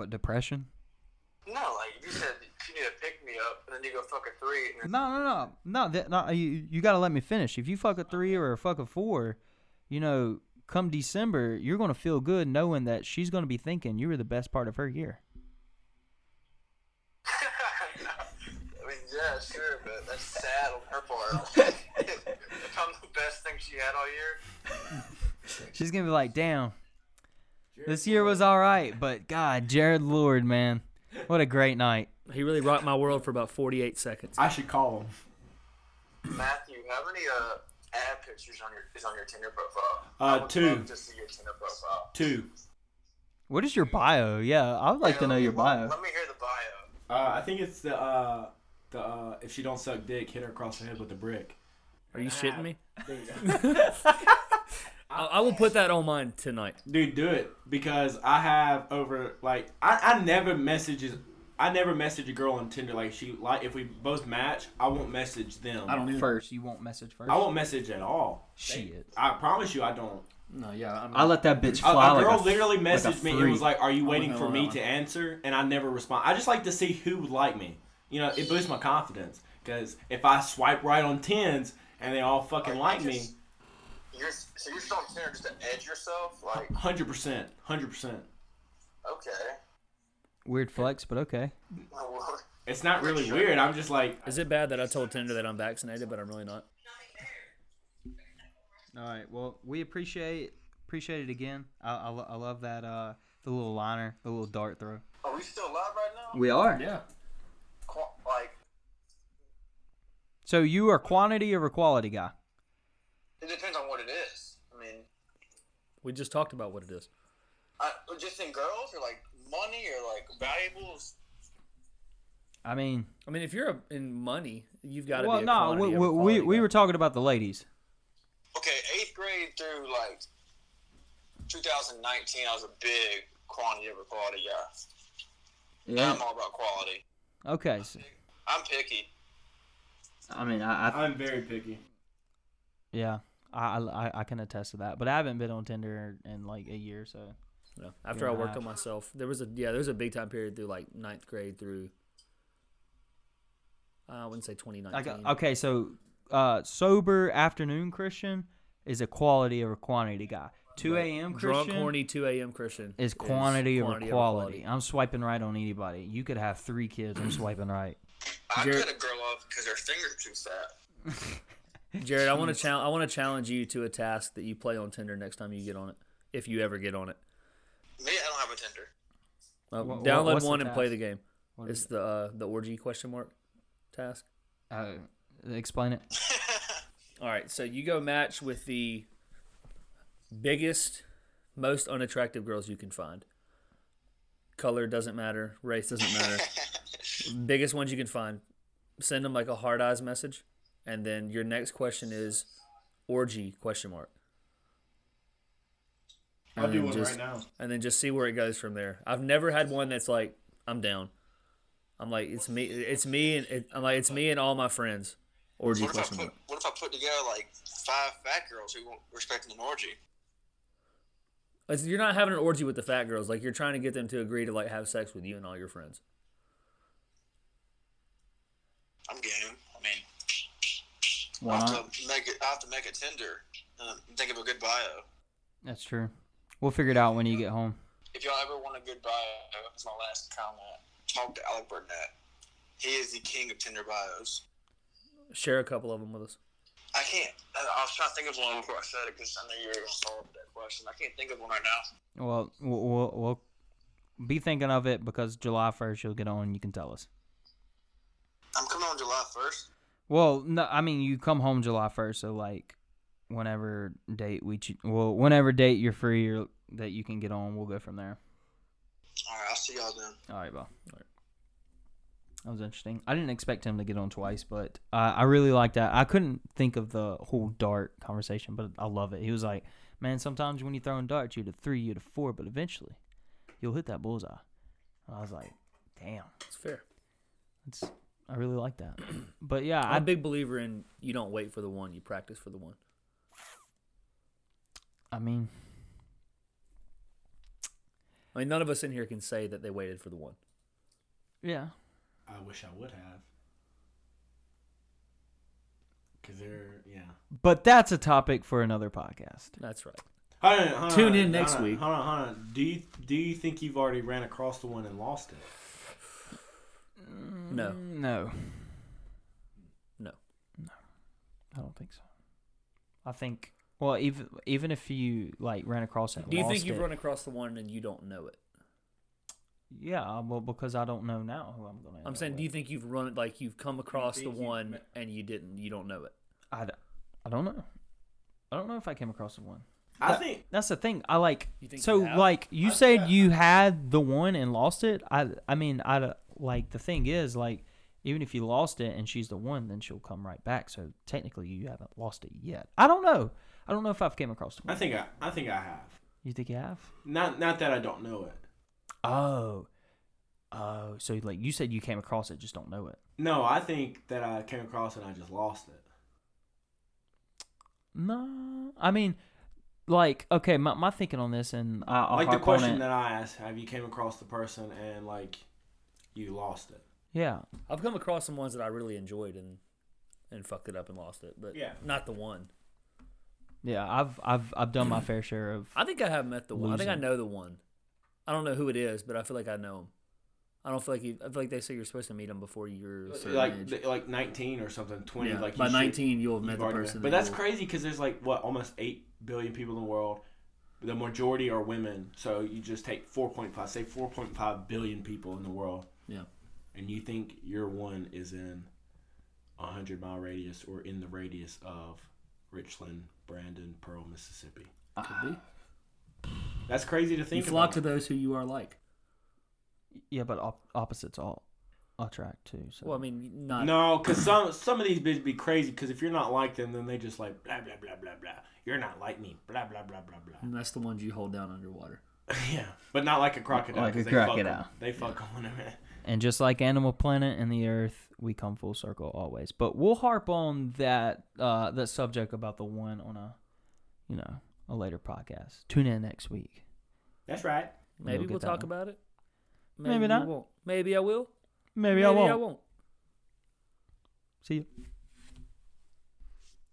S1: What depression?
S5: No, like if you said you need to pick me up, and then you go fuck a three, and then
S1: No, no, no, no. That, no you you gotta let me finish. If you fuck a three or a fuck a four, you know, come December, you're gonna feel good knowing that she's gonna be thinking you were the best part of her year.
S5: I mean, yeah, sure, but that's sad on her part. if I'm the best thing she had all year,
S1: She's gonna be like, damn. This year was all right, but God, Jared Lord, man, what a great night.
S2: He really rocked my world for about 48 seconds.
S3: I should call him.
S5: Matthew, how many uh, ad pictures on your is on your Tinder profile?
S3: Uh,
S5: I would
S3: two.
S5: love to see your Tinder profile.
S3: Two.
S1: What is your bio? Yeah, I would like to know your bio.
S5: Let me hear the bio.
S3: Uh, I think it's the uh, the uh, if she don't suck dick, hit her across the head with a brick.
S2: Are you shitting me? I, I will put that on mine tonight.
S3: Dude, do it because I have over like I, I never messages I never message a girl on Tinder like she like if we both match I won't message them. I
S1: First, you won't message first.
S3: I won't message at all.
S1: Shit.
S3: I promise you I don't.
S4: No, yeah. I'm,
S1: I let that bitch
S3: A, a
S1: fly.
S3: girl
S1: like a,
S3: literally
S1: like a
S3: messaged me and was
S1: freak.
S3: like, "Are you waiting
S4: know
S3: for
S4: that
S3: me
S4: one.
S3: to answer?" And I never respond. I just like to see who would like me. You know, it boosts my confidence because if I swipe right on tens and they all fucking
S5: Like,
S3: like
S5: you
S3: me,
S5: just- You're so you're still on Tinder just to edge yourself, like
S3: hundred percent, hundred percent.
S5: okay.
S1: Weird flex, but okay.
S5: Well,
S3: It's not really weird. I'm just like,
S2: Is it bad that I told Tinder that I'm vaccinated, but I'm really not?
S1: All right. Well, we appreciate appreciate it again. I, I, lo- I love that uh the little liner, the little dart throw.
S5: Are we still live right now?
S1: We are.
S4: yeah.
S5: Qu- Like,
S1: So you are quantity over quality guy.
S5: it depends on what it is. I mean,
S2: We just talked about what it is.
S5: I, just in girls or like money or like valuables.
S1: I mean,
S2: I mean, if you're a, in money, you've got to
S1: well,
S2: be a
S1: no, we we,
S2: quantity
S1: we,
S2: over quality
S1: we
S2: guy.
S1: were talking about the ladies.
S5: Okay, eighth grade through like 2019, I was a big quantity over quality guy. Now I'm all about quality.
S1: Okay. So,
S5: I'm picky.
S1: I mean, I, I
S3: I'm very picky.
S1: yeah, I, I I can attest to that. But I haven't been on Tinder in like a year, so
S2: Yeah. After I worked on myself, there was a yeah, there was a big time period through like ninth grade through. uh, I wouldn't say 2019.
S1: I got, okay, so uh, sober afternoon Christian is a quality over quantity guy. 2 a.m. Christian
S2: Drunk, horny, 2 a.m. Christian
S1: is quantity,
S2: quantity
S1: over quality. I'm swiping right on anybody. You could have three kids. I'm swiping right.
S5: I
S2: Jared-
S5: cut a girl off because her fingers too fat.
S2: Jared, I want to challenge. I want to challenge you to a task that you play on Tinder next time you get on it, if you ever get on it.
S5: Me, I don't have a Tinder.
S2: Uh,
S1: Wha- wha-
S2: download
S1: what's the
S2: one and play
S1: task?
S2: the game. It's the uh, the orgy question mark task.
S1: Uh, explain it.
S2: All right, so you go match with the biggest, most unattractive girls you can find. Color doesn't matter, race doesn't matter. biggest ones you can find. Send them like a hard eyes message, and then your next question is orgy question mark.
S3: I'll
S2: And
S3: do
S2: then
S3: one
S2: just-
S3: right now.
S2: and then just see where it goes from there. I've never had one that's like I'm down. I'm like it's me, it's me, and it, I'm like it's me and all my friends. Orgy
S5: What if I
S2: question
S5: put
S2: mark.
S5: What if I put together like five fat girls who won't respect an orgy?
S2: It's- You're not having an orgy with the fat girls. Like you're trying to get them to agree to like have sex with you and all your friends.
S5: I'm game. I mean,
S1: Why
S5: I
S1: not?
S5: have to make it. I have to make it Tinder. Um, think of a good bio.
S1: That's true. We'll figure it out when you get home.
S5: If y'all ever want a good bio, that's my last comment. Talk to Alec Burnett. He is the king of Tinder bios.
S2: Share a couple of them with us.
S5: I can't. I, I was trying to think of one before I said it because I knew you were going to follow up with that question. I can't think of one right now.
S1: Well, we'll, we'll, we'll be thinking of it because July 1st you'll get on and you can tell us.
S5: I'm coming Um, on July 1st.
S1: Well, no, I mean you come home July 1st, so like whenever date we cho- well whenever date you're free or that you can get on, we'll go from there.
S5: All right, I'll see y'all then.
S1: All right, Bo. That was interesting. I didn't expect him to get on twice, but uh, I really like that. I couldn't think of the whole dart conversation, but I love it. He was like, "Man, sometimes when you throw in darts, you're to three, you're to four, but eventually, you'll hit that bullseye." I was like, "Damn,
S2: It's fair.
S1: it's." I really like that. But yeah,
S2: I'm a
S1: I
S2: big believer in you don't wait for the one, you practice for the one.
S1: I mean,
S2: I mean, none of us in here can say that they waited for the one.
S1: yeah.
S3: I wish I would have. Cause they're yeah.
S1: But that's a topic for another podcast.
S2: That's right.
S3: Hold on, hold on,
S2: Tune in
S3: hold on,
S2: next
S3: hold on,
S2: week.
S3: Hold on, hold on. Do you do you think you've already ran across the one and lost it?
S2: Mm, No,
S1: No,
S2: no.
S1: I don't think so. I think well, even even if you like ran across it,
S2: Do you think
S1: Mm. lost
S2: you've
S1: it-
S2: run across the one and you don't know it?
S1: Yeah, uh, well, because I don't know now who I'm gonna. end
S2: I'm
S1: up
S2: saying,
S1: with.
S2: do you think you've run like you've come across the
S3: think you've
S2: one
S3: met-
S2: and you didn't? You don't know it.
S1: I, d- I don't know. I don't know if I came across the one.
S3: I think
S1: That's the thing. I like.
S2: You think
S1: so
S2: you have?
S1: like you said, you had the one and lost it. I I mean I d- like the thing is like even if you lost it and she's the one, then she'll come right back. So technically, you haven't lost it yet. I don't know. I don't know if I've came across the
S3: I
S1: one.
S3: think I I think I have.
S1: You think you have?
S3: Not not that I don't know it.
S1: Oh, oh. So like you said, you came across it, just don't know it.
S3: No, I think that I came across and I just lost it.
S1: No, I mean, like okay, my, my thinking on this, and I, I'll
S3: like the
S1: harp on
S3: question
S1: it.
S3: that I asked, have you came across the person and like you lost it?
S1: yeah,
S2: I've come across some ones that I really enjoyed and and fucked it up and lost it, but
S3: Yeah.
S2: not the one.
S1: yeah. I've I've I've done my fair share of.
S2: I think I have met the one. I think I
S1: Losing.
S2: know the one. I don't know who it is, but I feel like I know him. I don't feel like you, I feel like they say you're supposed to meet him before you're a certain
S3: Like
S2: age.
S3: th- like 19 or something, 20
S2: Yeah,
S3: like you
S2: by
S3: should-
S2: 19 you'll have
S3: you've
S2: met the
S3: already met.
S2: person.
S3: But
S2: that
S3: that's
S2: you'll-
S3: crazy cuz there's like what almost 8 billion people in the world. The majority are women, so you just take 4.5 say 4.5 billion people in the world
S2: Yeah.
S3: and you think your one is in a 100 mile radius or in the radius of Richland, Brandon, Pearl, Mississippi.
S2: Could be.
S3: That's crazy to think
S2: you flock
S3: about.
S2: to those who you are like.
S1: Yeah, but op- opposites all attract too. So
S2: Well, I mean, not.
S3: No, because some some of these bitches be crazy. Because if you're not like them, then they just like blah blah blah blah blah. You're not like me. Blah blah blah blah blah.
S2: And that's the ones you hold down underwater.
S3: yeah, but not like a crocodile.
S1: Like a
S3: 'cause
S1: crocodile.
S3: They fuck 'em. They fuck 'em on it.
S1: and just like Animal Planet and the Earth, we come full circle always. But we'll harp on that uh, that subject about the one on a, you know, a later podcast. Tune in next week.
S3: That's right.
S2: Maybe
S1: get
S2: we'll
S1: that
S2: talk
S1: one.
S2: about it.
S1: Maybe
S2: you
S1: not.
S2: Won't. Maybe I will.
S1: Maybe,
S2: Maybe
S1: I won't.
S2: I won't.
S1: See you.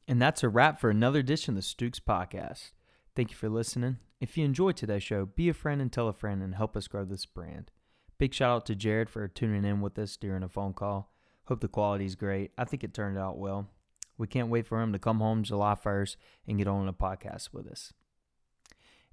S1: And that's a wrap for another edition of the Stooks Podcast. Thank you for listening. If you enjoyed today's show, be a friend and tell a friend and help us grow this brand. Big shout out to Jared for tuning in with us during a phone call. Hope the quality's great. I think it turned out well. We can't wait for him to come home July 1st and get on the podcast with us.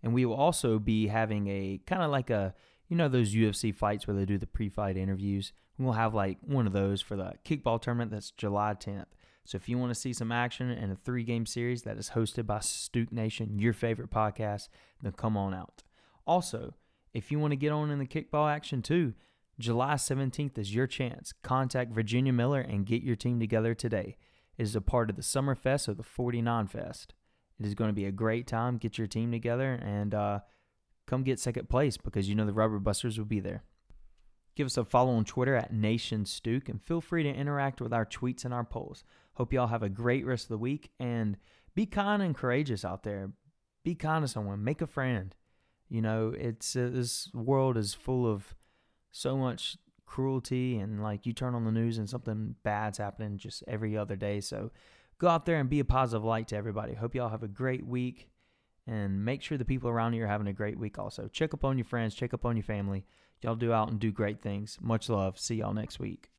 S1: And we will also be having a kind of like a, you know, those UFC fights where they do the pre fight interviews. We'll have like one of those for the kickball tournament that's July 10th. So if you want to see some action in a three game series that is hosted by Stoop Nation, your favorite podcast, then come on out. Also, if you want to get on in the kickball action too, July 17th is your chance. Contact Virginia Miller and get your team together today. It is a part of the Summer Fest or the 49 Fest. It is going to be a great time. Get your team together and uh, come get second place because you know the rubber busters will be there. Give us a follow on Twitter at NationStuke and feel free to interact with our tweets and our polls. Hope y'all have a great rest of the week and be kind and courageous out there. Be kind to someone, make a friend. You know, it's uh, this world is full of so much cruelty and like you turn on the news and something bad's happening just every other day. So go out there and be a positive light to everybody. Hope y'all have a great week and make sure the people around you are having a great week also. Check up on your friends, check up on your family. Y'all do out and do great things. Much love. See y'all next week.